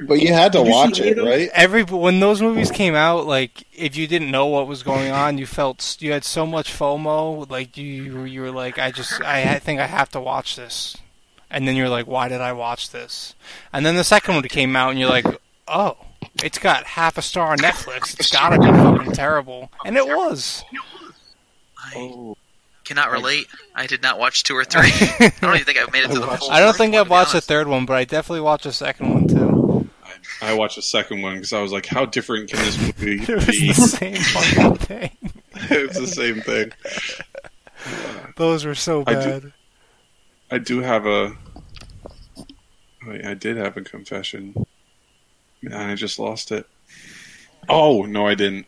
E: But you had to
B: Did you see
E: watch it,
B: Leto?
E: right?
A: Every when those movies came out, like if you didn't know what was going on, you felt you had so much FOMO. Like you, you were like, I just, I, I think I have to watch this. And then you're like, why did I watch this? And then the second one came out, and you're like, oh, it's got half a star on Netflix. It's gotta be fucking terrible. And it was.
C: I
D: Oh,
C: cannot relate. I did not watch two or three. I don't even think I made it to the full.
A: I don't
C: first
A: think
C: one,
A: I've
C: to be
A: watched the
C: honest.
A: third one, but I definitely watched the second one too.
D: I watched the second one because I was like, how different can this movie
A: It was the
D: be?
A: same fucking thing.
D: it's the same thing.
A: Those were so
D: I do-
A: bad.
D: I do have a. I I did have a confession. And I just lost it. Oh, no, I didn't.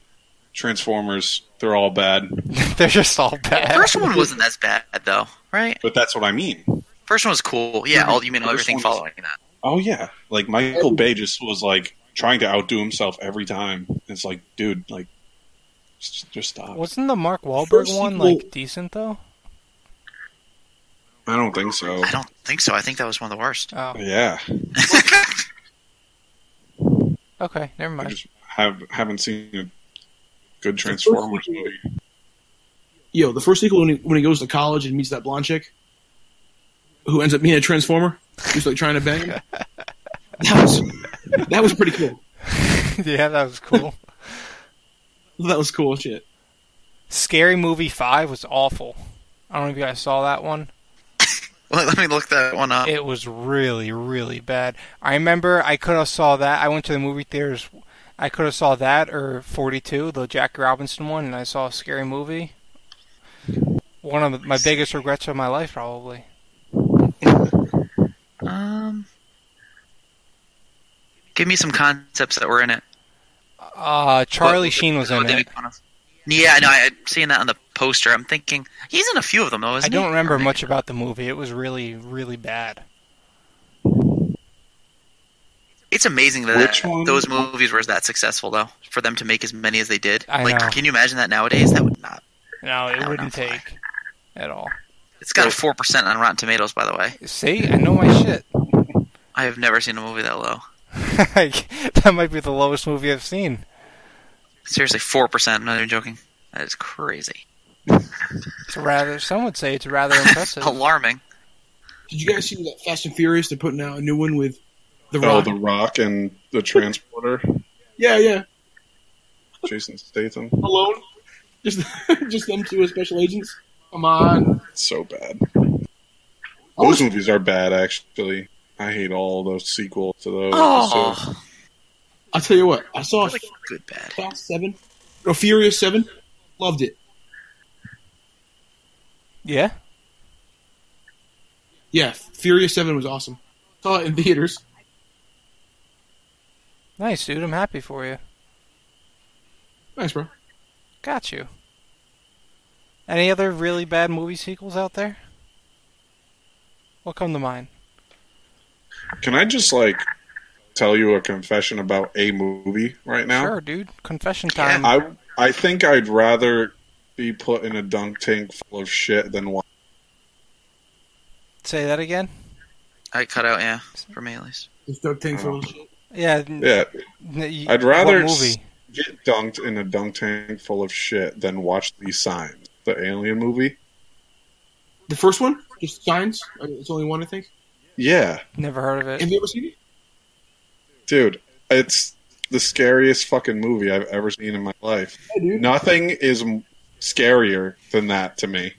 D: Transformers, they're all bad.
A: They're just all bad.
C: First one wasn't as bad though, right?
D: But that's what I mean.
C: First one was cool. Yeah, all you mean
D: First
C: everything
D: one was-
C: following that.
D: Oh, yeah. Like, Michael Bay just was like trying to outdo himself every time. It's like, dude, like, just, just stop.
A: Wasn't the Mark Wahlberg
B: First
A: one
B: sequel-
A: like decent though?
D: I don't think so.
C: I don't think so. I think that was one of the worst.
A: Oh,
D: Yeah.
A: okay, never
D: I
A: mind.
D: just have, haven't seen a good Transformers movie.
B: Yo, the first sequel when he, when he goes to college and meets that blonde chick who ends up being a transformer, who's like trying to bang. him. That was that was pretty cool.
A: yeah, that was cool.
B: That was cool shit.
A: Scary Movie Five was awful. I don't know if you guys saw that one.
C: Well, let me look that one up.
A: It was really, really bad. I remember I could have saw that. I went to the movie theaters. I could have saw that or Forty Two, the Jack Robinson one, and I saw a Scary Movie. One of my biggest regrets of my life, probably.
C: Um, give me some concepts that were in it.
A: Uh, Charlie
C: What-
A: Sheen was
C: what
A: in
C: they
A: it.
C: make fun of. Yeah, no, I I'm seeing that on the poster. I'm thinking he's in a few of them though.
A: I
C: Isn't he?
A: don't remember
C: Or maybe-
A: much about the movie. It was really, really bad.
C: It's amazing that
D: Which one?
C: those movies were that successful though. For them to make as many as they did,
A: I
C: like,
A: know.
C: can you imagine that nowadays? That would not.
A: No,
C: don't
A: it
C: know
A: wouldn't
C: why.
A: take at all.
C: It's got a four percent on Rotten Tomatoes, by the way.
A: See, I know my shit.
C: I have never seen a movie that low.
A: Like, that might be the lowest movie I've seen.
C: Seriously, four percent. I'm not even joking. That is crazy.
A: It's rather, some would say it's rather impressive.
C: Alarming.
B: Did you guys see that Fast and Furious? They're putting out a new one with the
D: Oh,
B: Rock.
D: The Rock and the Transporter,
B: yeah, yeah,
D: Jason Statham.
B: alone. Just just them two as special agents. Come on.
D: It's so bad. Those movies are bad, actually. I hate all those sequels to those. So-
C: Oh,
B: I'll tell you what. I saw
C: like Oh. good bad.
B: Fast Seven, or Furious Seven. Loved it.
A: Yeah?
B: Yeah, Furious Seven was awesome. Saw it in theaters.
A: Nice, dude. I'm happy for you.
B: Nice, bro.
A: Got you. Any other really bad movie sequels out there? What come to mind?
D: Can I just like tell you a confession about a movie right now?
A: Sure, dude. Confession time.
D: I I think I'd rather be put in a dunk tank full of shit than watch.
A: Say that again?
C: I cut out. Yeah, for me at least.
B: Just don't think for shit.
A: Yeah. n-
D: Yeah,
A: n- y-
D: I'd rather
A: What movie?
D: s- get dunked in a dunk tank full of shit than watch these signs. The Alien movie.
B: The first one, just signs. Uh, It's only one, I think.
D: Yeah,
A: Never heard of
B: Have
A: it.
B: you ever seen it?
D: dude, it's the scariest fucking movie I've ever seen in my life.
B: Yeah, dude.
D: Nothing is m- scarier than that to me.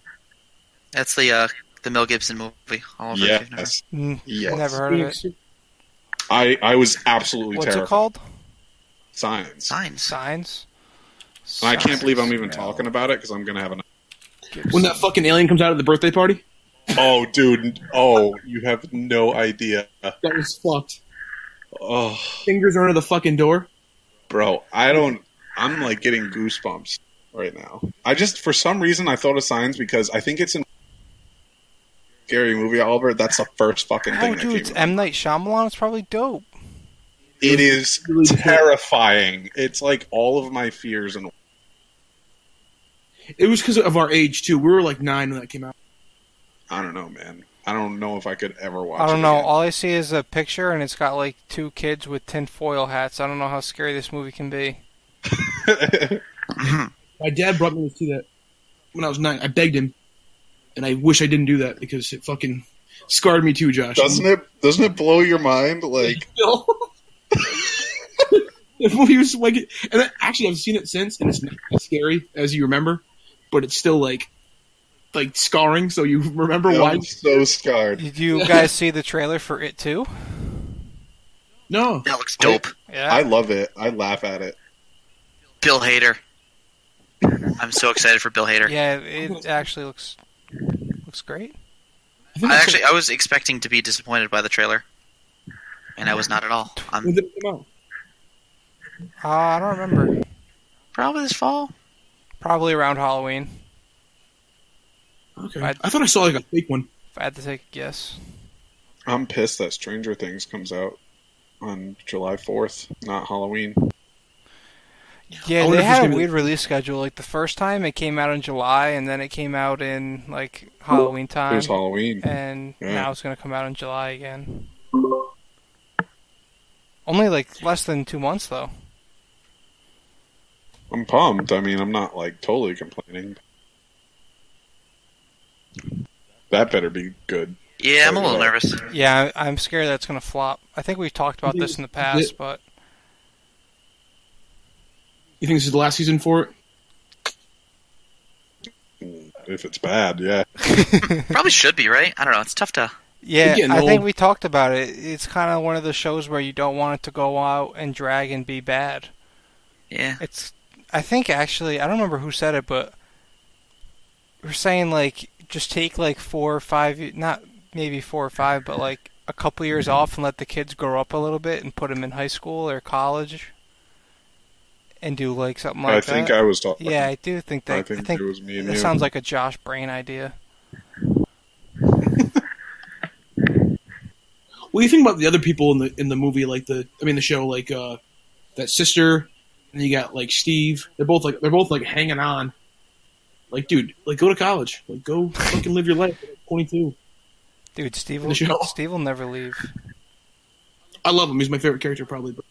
C: That's the uh, the Mel Gibson movie. All over if you've never-
D: Yes.
A: N-
D: Yes.
A: Never heard of it.
D: I, I was absolutely
A: What's
D: terrified.
A: it called?
D: Signs.
C: Signs.
A: Signs.
D: And I can't believe I'm
A: Signs.
D: even talking about it because I'm going to have an.
B: When that fucking alien comes out of the birthday party,
D: Oh, dude. Oh, you have no idea.
B: that was fucked.
D: Oh,
B: Fingers are under the fucking door.
D: bro. I don't. I'm like getting goosebumps right now. I just, for some reason, I thought of Signs because I think it's an scary movie, Oliver. That's the first fucking thing
A: Oh,
D: that
A: dude, it's
D: came up.
A: M. Night Shyamalan. It's probably dope.
D: It is
B: Really good.
D: terrifying. It's like all of my fears and.
B: It was because of our age too. We were like nine when that came out.
D: I don't know, man. I don't know if I could ever watch.
A: I
D: it
A: don't know.
D: again.
A: All I see is a picture, and it's got like two kids with tinfoil hats. I don't know how scary this movie can be.
B: My dad brought me to see that when I was nine. I begged him, and I wish I didn't do that because it fucking scarred me too, Josh.
D: doesn't it? Doesn't it blow your mind? Like
B: the movie was like, and I- actually, I've seen it since, and it's not as scary as you remember, but it's still like, like scarring. So you remember why?
D: I'm so scarred.
A: Did you guys see the trailer for it too?
B: No,
C: That looks dope.
A: Yeah.
D: I love it. I laugh at it.
C: Bill Hader. I'm so excited for Bill Hader.
A: yeah, it actually looks looks great.
B: I think
C: I
B: it's-
C: actually I was expecting to be disappointed by the trailer, and I was not at all.
B: when
C: I'm
B: did it come out?
A: Uh, I don't remember.
C: probably this fall.
A: Probably around Halloween.
B: Okay,
A: I-
B: I, thought I saw like a fake one.
A: If I had to take a guess.
D: I'm pissed that Stranger Things comes out on July 4th, not Halloween.
B: I
A: Yeah,
B: wonder
A: they
B: if it's
A: had a
B: gonna be-
A: weird release schedule. Like the first time it came out in July, and then it came out in like Halloween
D: it
A: time,
D: was Halloween.
A: and
D: Mm. Yeah.
A: now it's gonna come out in July again. Only like less than two months though.
D: I'm pumped. I mean, I'm not like totally complaining. That better be good.
C: Yeah, I'm a little
D: Yeah.
C: nervous.
A: Yeah, I- I'm scared that it's gonna flop. I think we've talked about this in the past, but
B: You think this is the last season for it?
D: If it's bad, yeah.
C: Probably should be right. I don't know. It's tough to.
A: yeah,
B: Again,
A: I
B: the
A: think
B: whole-
A: we talked about it. It's kind of one of the shows where you don't want it to go out and drag and be bad.
C: Yeah.
A: It's. I think actually, I don't remember who said it, but we're saying like just take like four or five, y- not maybe four or five, but like a couple years off and let the kids grow up a little bit and put them in high school or college and do like something like
D: I
A: that.
D: think I was talking.
A: yeah, I do think that.
D: I think, it was me and
A: that
D: you.
A: sounds like a Josh Brain idea.
B: What do you think about the other people in the in the movie? Like the, I mean, the show, like uh, that sister, and you got like Steve. They're both like they're both like hanging on. Like, dude, like go to college. Like, go fucking live your life. Twenty two.
A: Dude, Steve
B: The
A: will,
B: show.
A: Steve will never leave.
B: I love him. He's my favorite character, probably. But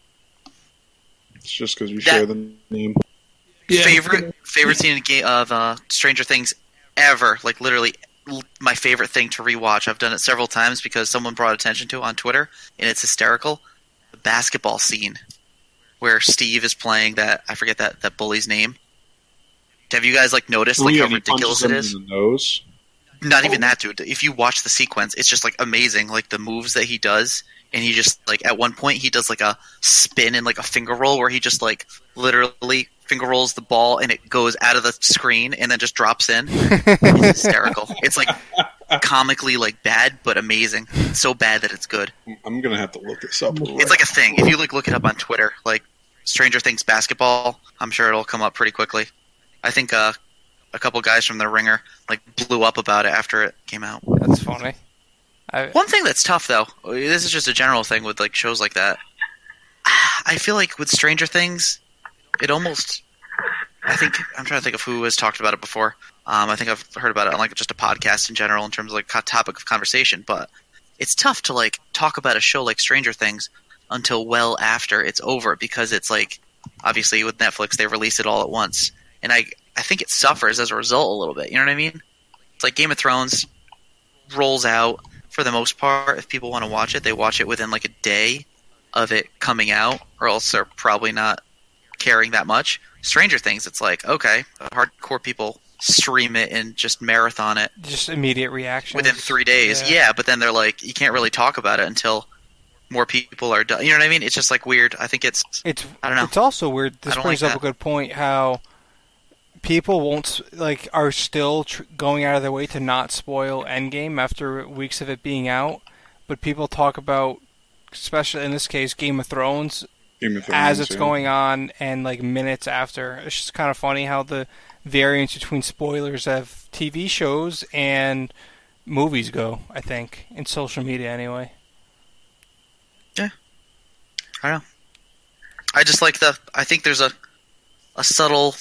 D: it's just because you
C: That-
D: share the name.
C: favorite favorite scene in ga- of uh, Stranger Things ever. Like literally l- my favorite thing to rewatch. I've done it several times because someone brought attention to it on Twitter, and it's hysterical. The basketball scene where Steve is playing that I forget that that bully's name. Have you guys like noticed like
D: Yeah,
C: how
D: he
C: ridiculous
D: punches
C: it
D: him
C: is?
D: In the nose.
C: Not even that, dude. If you watch the sequence, it's just like amazing. Like the moves that he does, and he just like at one point he does like a spin and like a finger roll where he just like literally finger rolls the ball and it goes out of the screen and then just drops in. It's hysterical. It's like comically like bad but amazing. So bad that it's good.
D: I'm gonna have to look this up.
C: It's like a thing. If you like look it up on Twitter, like Stranger Things basketball, I'm sure it'll come up pretty quickly. I think uh, a couple guys from the Ringer like blew up about it after it came out.
A: That's funny. I,
C: One thing that's tough though, uh, this is just a general thing with like shows like that. I feel like with Stranger Things, it almost I think I'm trying to think of who has talked about it before. Um, I think I've heard about it on like just a podcast in general in terms of like co- topic of conversation, but it's tough to like talk about a show like Stranger Things until well after it's over because it's like obviously with Netflix they release it all at once. And I I think it suffers as a result a little bit. You know what I mean? It's like Game of Thrones rolls out for the most part, if people want to watch it, they watch it within like a day of it coming out, or else they're probably not caring that much. Stranger Things, it's like, okay, hardcore people stream it and just marathon it
A: just immediate reaction
C: within three days. Yeah. but then they're like, you can't really talk about it until more people are done. You know what I mean? It's just like weird. I think it's,
A: It's
C: I don't know.
A: It's also weird. This
C: I don't
A: brings
C: like
A: up a
C: that.
A: good point how people won't s- like are still tr- going out of their way to not spoil Endgame after weeks of it being out, but people talk about, especially in this case, Game of Thrones
D: Game of Thrones,
A: as it's
D: yeah.
A: going on and like minutes after. It's just kind of funny how the variance between spoilers of TV shows and movies go. I think in social media anyway.
C: I just like the, I think there's a, a subtle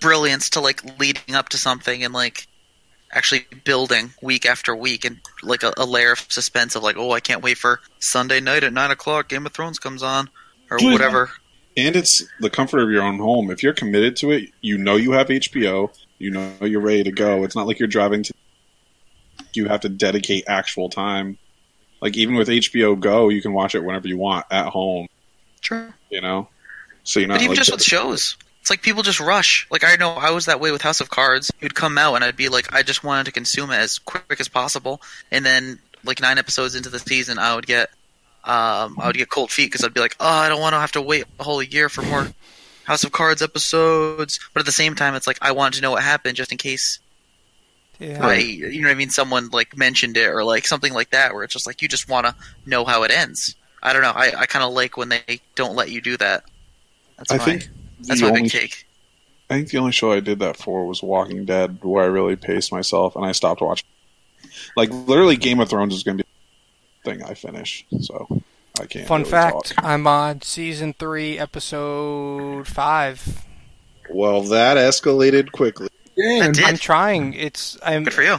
C: brilliance to like leading up to something and like actually building week after week and like a, a layer of suspense of like, oh, I can't wait for Sunday night at nine o'clock. Game of Thrones comes on or
B: Dude.
C: whatever.
D: and it's the comfort of your own home. If you're committed to it, you know you have HBO, you know you're ready to go. It's not like you're driving to. You have to dedicate actual time. Like even with HBO Go, you can watch it whenever you want at home.
C: Sure.
D: You know, so you're not.
C: But even
D: like,
C: just with shows, it's like people just rush. Like I know I was that way with House of Cards. It would come out and I'd be like, I just wanted to consume it as quick as possible. And then like nine episodes into the season, I would get, um, I would get cold feet because I'd be like, oh, I don't want to have to wait a whole year for more House of Cards episodes. But at the same time, it's like I wanted to know what happened just in case
A: Yeah.
C: I, you know what I mean? Someone like mentioned it or like something like that, where it's just like you just want to know how it ends. I don't know. I, I kind of like when they don't let you do that. That's
D: I
C: my,
D: think
C: that's
D: the
C: my
D: only
C: big take.
D: I think the only show I did that for was Walking Dead, where I really paced myself and I stopped watching. Like literally, Game of Thrones is going to be the thing I finish, so I can't.
A: Fun
D: really
A: fact:
D: talk.
A: I'm on season three, episode five.
D: Well, that escalated quickly.
B: Damn.
C: That's it.
A: I'm trying. It's I'm
C: Good for you.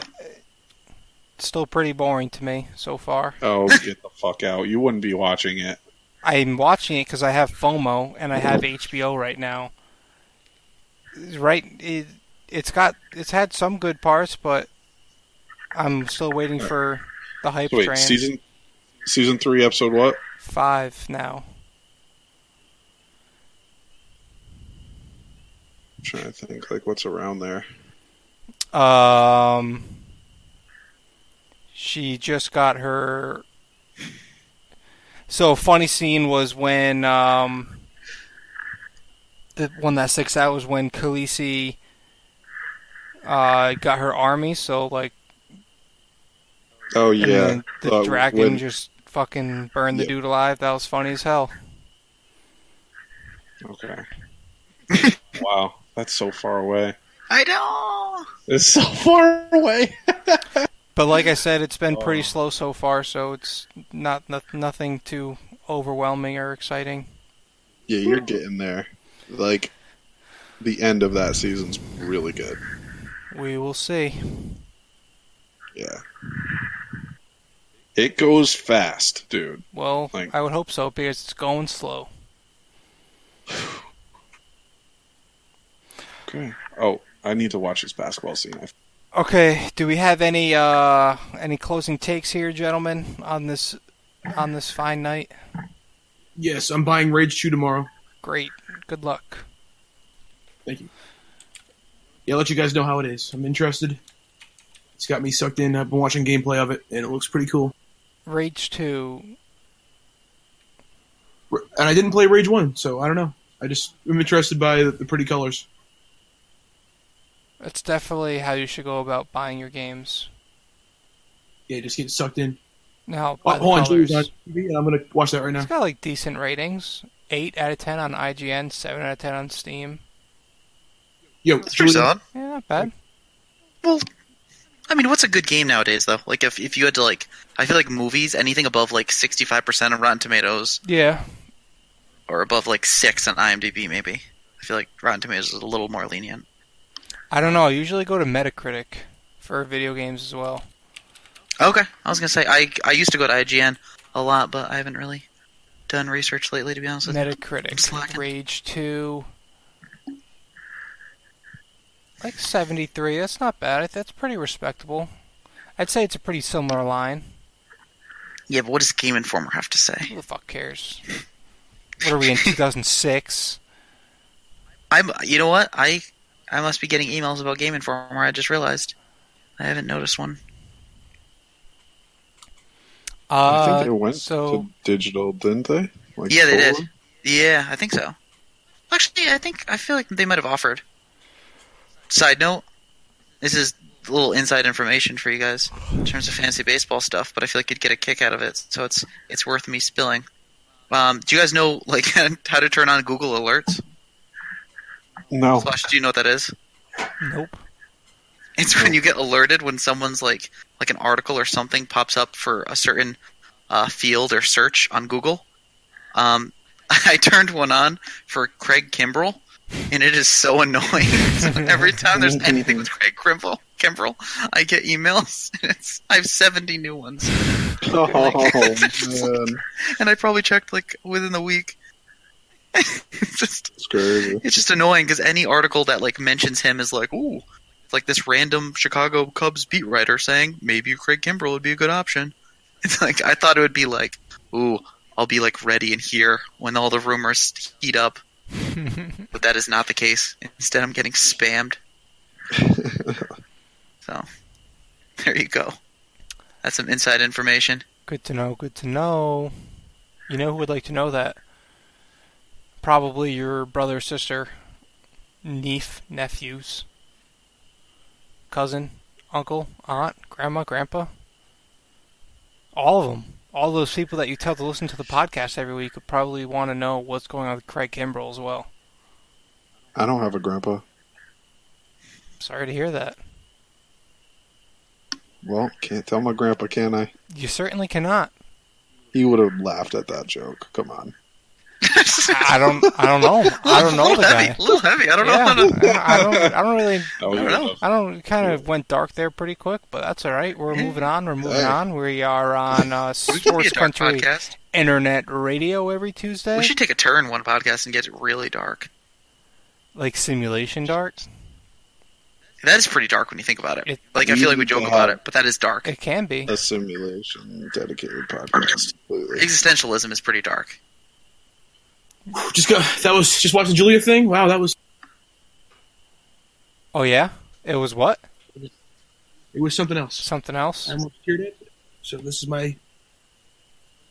A: still pretty boring to me so far.
D: Oh, get the fuck out! You wouldn't be watching it.
A: I'm watching it because I have FOMO and I have HBO right now. Right, it, it's got it's had some good parts, but I'm still waiting for the hype
D: So wait,
A: train.
D: season season three, episode what?
A: five now.
D: I'm trying to think, like what's around there.
A: Um, she just got her. So a funny scene was when um, the one that sticks out was when Khaleesi uh, got her army. So like,
D: Oh
A: and
D: yeah,
A: then the
D: uh,
A: dragon
D: when-
A: just fucking burned the
D: Yep.
A: dude alive. That was funny as hell.
D: okay. wow, that's so far away.
C: I know.
D: It's so far away.
A: But like I said, it's been pretty
D: Oh.
A: slow so far, so it's not, not nothing too overwhelming or exciting.
D: yeah, you're getting there. Like the end of that season's really good.
A: We will see.
D: Yeah, it goes fast, dude.
A: Well,
D: Like-
A: I would hope so because it's going slow.
D: Okay. Oh, I need to watch this basketball scene. I
A: Okay, do we have any uh any closing takes here, gentlemen, on this on this fine night?
B: Yes, I'm buying Rage 2 tomorrow.
A: Great. Good luck.
B: Yeah, I'll let you guys know how it is. I'm interested. It's got me sucked in. I've been watching gameplay of it, and it looks pretty cool.
A: Rage 2.
B: R- And I didn't play Rage 1, so I don't know. I just am interested by the, the pretty colors.
A: That's definitely how you should go about buying your games.
B: Yeah, just get sucked in.
A: Now,
B: Oh,
A: by the
B: hold on,
A: colors.
B: Julie's on TV, and I'm going to watch that right
A: It's
B: now.
A: got like decent ratings. 8 out of 10 on IGN, 7 out of 10 on Steam.
B: Yo,
C: That's pretty
B: Julie,
C: solid.
A: Yeah, not bad.
C: I mean, what's a good game nowadays though? Like if if you had to like, I feel like movies, anything above like sixty five percent on Rotten Tomatoes
A: Yeah.
C: or above like six on IMDb, maybe. I feel like Rotten Tomatoes is a little more lenient.
A: I don't know. I usually go to Metacritic for video games as well.
C: Okay, I was gonna say I I used to go to IGN a lot, but I haven't really done research lately, to be honest with you. I'm
A: Metacritic,
C: slacking.
A: Rage 2. Like 73. That's not bad. That's pretty respectable. I'd say it's a pretty similar line.
C: Yeah, but what does Game Informer have to say?
A: Who the fuck cares? What are we in 2006?
C: I'm, you know what? I I must be getting emails about Game Informer. I just realized I haven't noticed one.
D: I think
A: Uh,
D: they went
A: so
D: to digital, didn't they? Like
C: Yeah, they
D: full
C: did.
D: on?
C: Yeah, I think so. Actually, I think I feel like they might have offered. Side note: This is a little inside information for you guys in terms of fantasy baseball stuff, but I feel like you'd get a kick out of it, so it's it's worth me spilling. Um, do you guys know like how to turn on Google Alerts?
D: No.
C: Slash, do you know what that is?
A: nope.
C: It's when you get alerted when someone's like like an article or something pops up for a certain uh, field or search on Google. Um, I turned one on for Craig Kimbrell, and it is so annoying. So every time there's anything with Craig Kimbrell, Kimbrel. I get emails. And it's, I have 70 new ones.
D: Oh man,
C: And I probably checked like within the week. it's just
D: it's crazy.
C: it's just annoying because any article that like mentions him is like, ooh, it's like this random Chicago Cubs beat writer saying maybe Craig Kimbrell would be a good option. It's like I thought it would be like, ooh, I'll be like ready and here when all the rumors heat up, but that is not the case. Instead, I'm getting spammed. so there you go. That's some inside information.
A: Good to know. Good to know. You know who would like to know that? Probably your brother, sister, niece, nephews, cousin, uncle, aunt, grandma, grandpa. All of them. All those people that you tell to listen to the podcast every week would probably want to know what's going on with Craig Kimbrell as well.
D: I don't have a grandpa.
A: Sorry to hear that.
D: Well, can't tell my grandpa, can I?
A: You certainly cannot.
D: He would have laughed at that joke. Come on.
A: I don't. I don't know. I don't know the
C: heavy,
A: guy.
C: A little heavy. I don't
A: Yeah, I
C: know.
A: don't. I don't, I don't really
D: Oh,
C: I don't know.
A: I don't. It kind of went dark there pretty quick, but that's all right. We're moving on. We're moving on. We are on uh,
C: We should be
A: Sports
C: a dark
A: Country
C: podcast.
A: Internet Radio every Tuesday,
C: We should take a turn one podcast and get it really dark.
A: like simulation dark.
C: That is pretty dark when you think about it.
A: It-
C: like I feel like we joke
D: Yeah.
C: about it, but that is dark.
A: It can be.
C: Uh,
D: A simulation dedicated podcast. Completely.
C: Existentialism is pretty dark.
B: Just go. That was just watching Julia thing. Wow, that was
A: Oh yeah, it was what
B: it was something else.
A: something else.
B: I'm scared at it. So this is my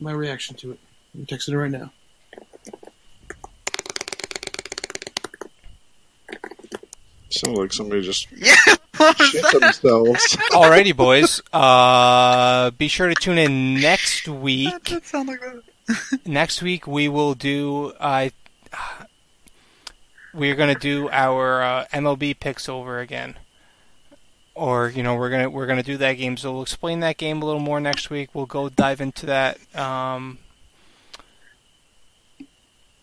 B: my reaction to it. I'm texting it right now.
D: Sounds like somebody just
C: Yeah. What was
D: shit
C: that?
D: themselves.
A: Alrighty, boys. Uh, be sure to tune in next
C: That
A: week.
C: did sound like that.
A: Next week we will do. Uh, we're gonna do our uh, MLB picks over again. or you know we're gonna we're gonna do that game. So we'll explain that game a little more next week. We'll go dive into that. Um,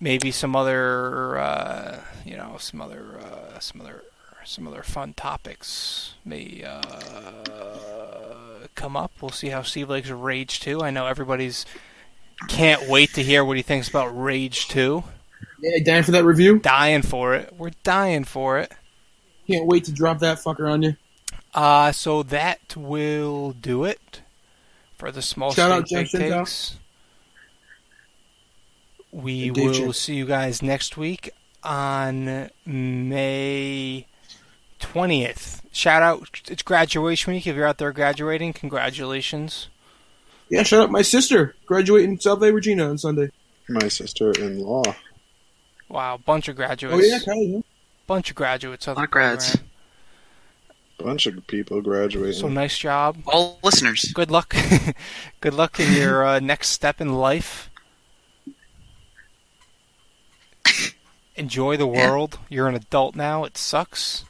A: maybe some other uh, you know some other uh, some other some other fun topics may uh, come up. We'll see how Steve likes Rage Two. I know everybody's can't wait to hear what he thinks about Rage Two.
B: Yeah, dying for that review.
A: Dying for it. We're dying for it.
B: Can't wait to drop that fucker on you.
A: Uh, so that will do it for the small
B: Shout out
A: state
B: Jack
A: big
B: Shingo.
A: takes. We
B: And Dave
A: will
B: Jack.
A: see you guys next week on May twentieth. Shout out! It's graduation week. If you're out there graduating, congratulations.
B: Yeah, shut up. My sister graduating South Bay Regina on Sunday.
D: My sister in law.
A: Wow, bunch of graduates.
B: Oh yeah, Kylie. Huh?
A: bunch of graduates. Of
C: Lot
A: the
C: of grads.
A: program.
D: Bunch of people
A: So
D: graduating.
A: nice job.
C: All listeners.
A: Good luck. Good luck in your uh, next step in life. Enjoy the
C: Yeah.
A: world. You're an adult now. It sucks.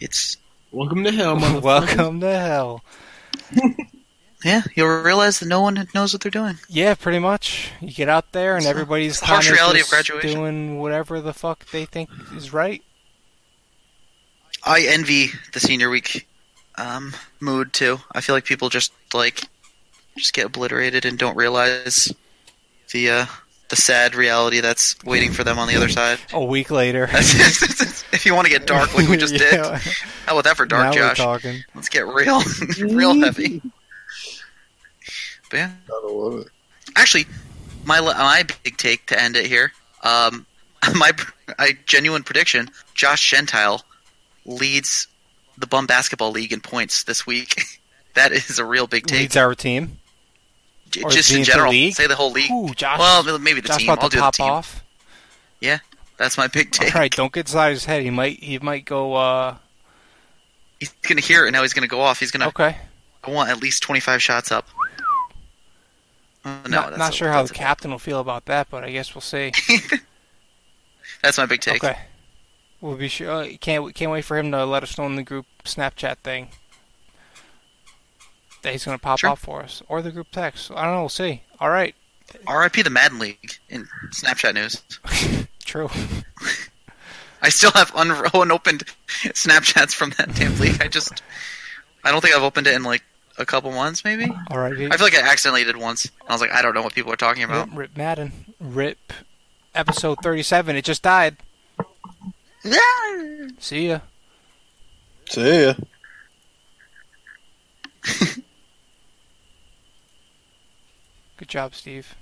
C: It's
B: Welcome to hell, motherfucker.
A: Welcome to hell.
C: yeah, you'll realize that no one knows what they're doing.
A: Yeah, pretty much. You get out there and
C: It's the
A: everybody's
C: harsh
A: kinda
C: reality of
A: just
C: graduation.
A: doing whatever the fuck they think is right.
C: I envy the senior week um, mood too. I feel like people just like just get obliterated and don't realize the uh, the sad reality that's waiting for them on the other side.
A: A week later.
C: if you want to get dark like we just did,
A: Yeah,
C: how about that for
A: now
C: dark,
A: we're
C: Josh?
A: talking.
C: Let's get real, real
B: Mm.
C: heavy. But yeah.
D: Gotta love it.
C: actually, my my big take to end it here. Um, my I genuine prediction: Josh Gentile leads the bum basketball league in points this week. that is a real big take.
A: Leads our team.
C: J-
A: or
C: Just
A: the
C: in
A: entire
C: general,
A: league?
C: say the whole league.
A: Ooh, Josh.
C: well, maybe the
A: Josh
C: team.
A: about
C: I'll
A: to
C: do the
A: pop
C: team.
A: off.
C: That's my big
A: All
C: take.
A: right, don't get inside his head. He might. He might go. uh
C: He's gonna hear it, and now he's gonna go off. He's gonna.
A: Okay.
C: I want at least twenty-five shots up. Oh, no,
A: not
C: that's
A: not
C: a-
A: sure how
C: that's
A: the
C: a-
A: captain will feel about that, but I guess we'll see.
C: That's my big take.
A: Okay, we'll be sure. uh, Can't can't wait for him to let us know in the group Snapchat thing that he's going to pop
C: Sure.
A: off for us, or the group text. I don't know. We'll see. All right,
C: R.I.P. the Madden League in Snapchat news.
A: true.
C: I still have un- unopened Snapchats from that damn league. I just, I don't think I've opened it in like a couple months, maybe.
A: All right,
C: I feel like I accidentally did once. And I was like, I don't know what people are talking about.
A: Rip, Rip Madden. Rip episode 37. It just died.
C: Yeah.
A: See ya.
E: See ya.
A: Good job, Steve.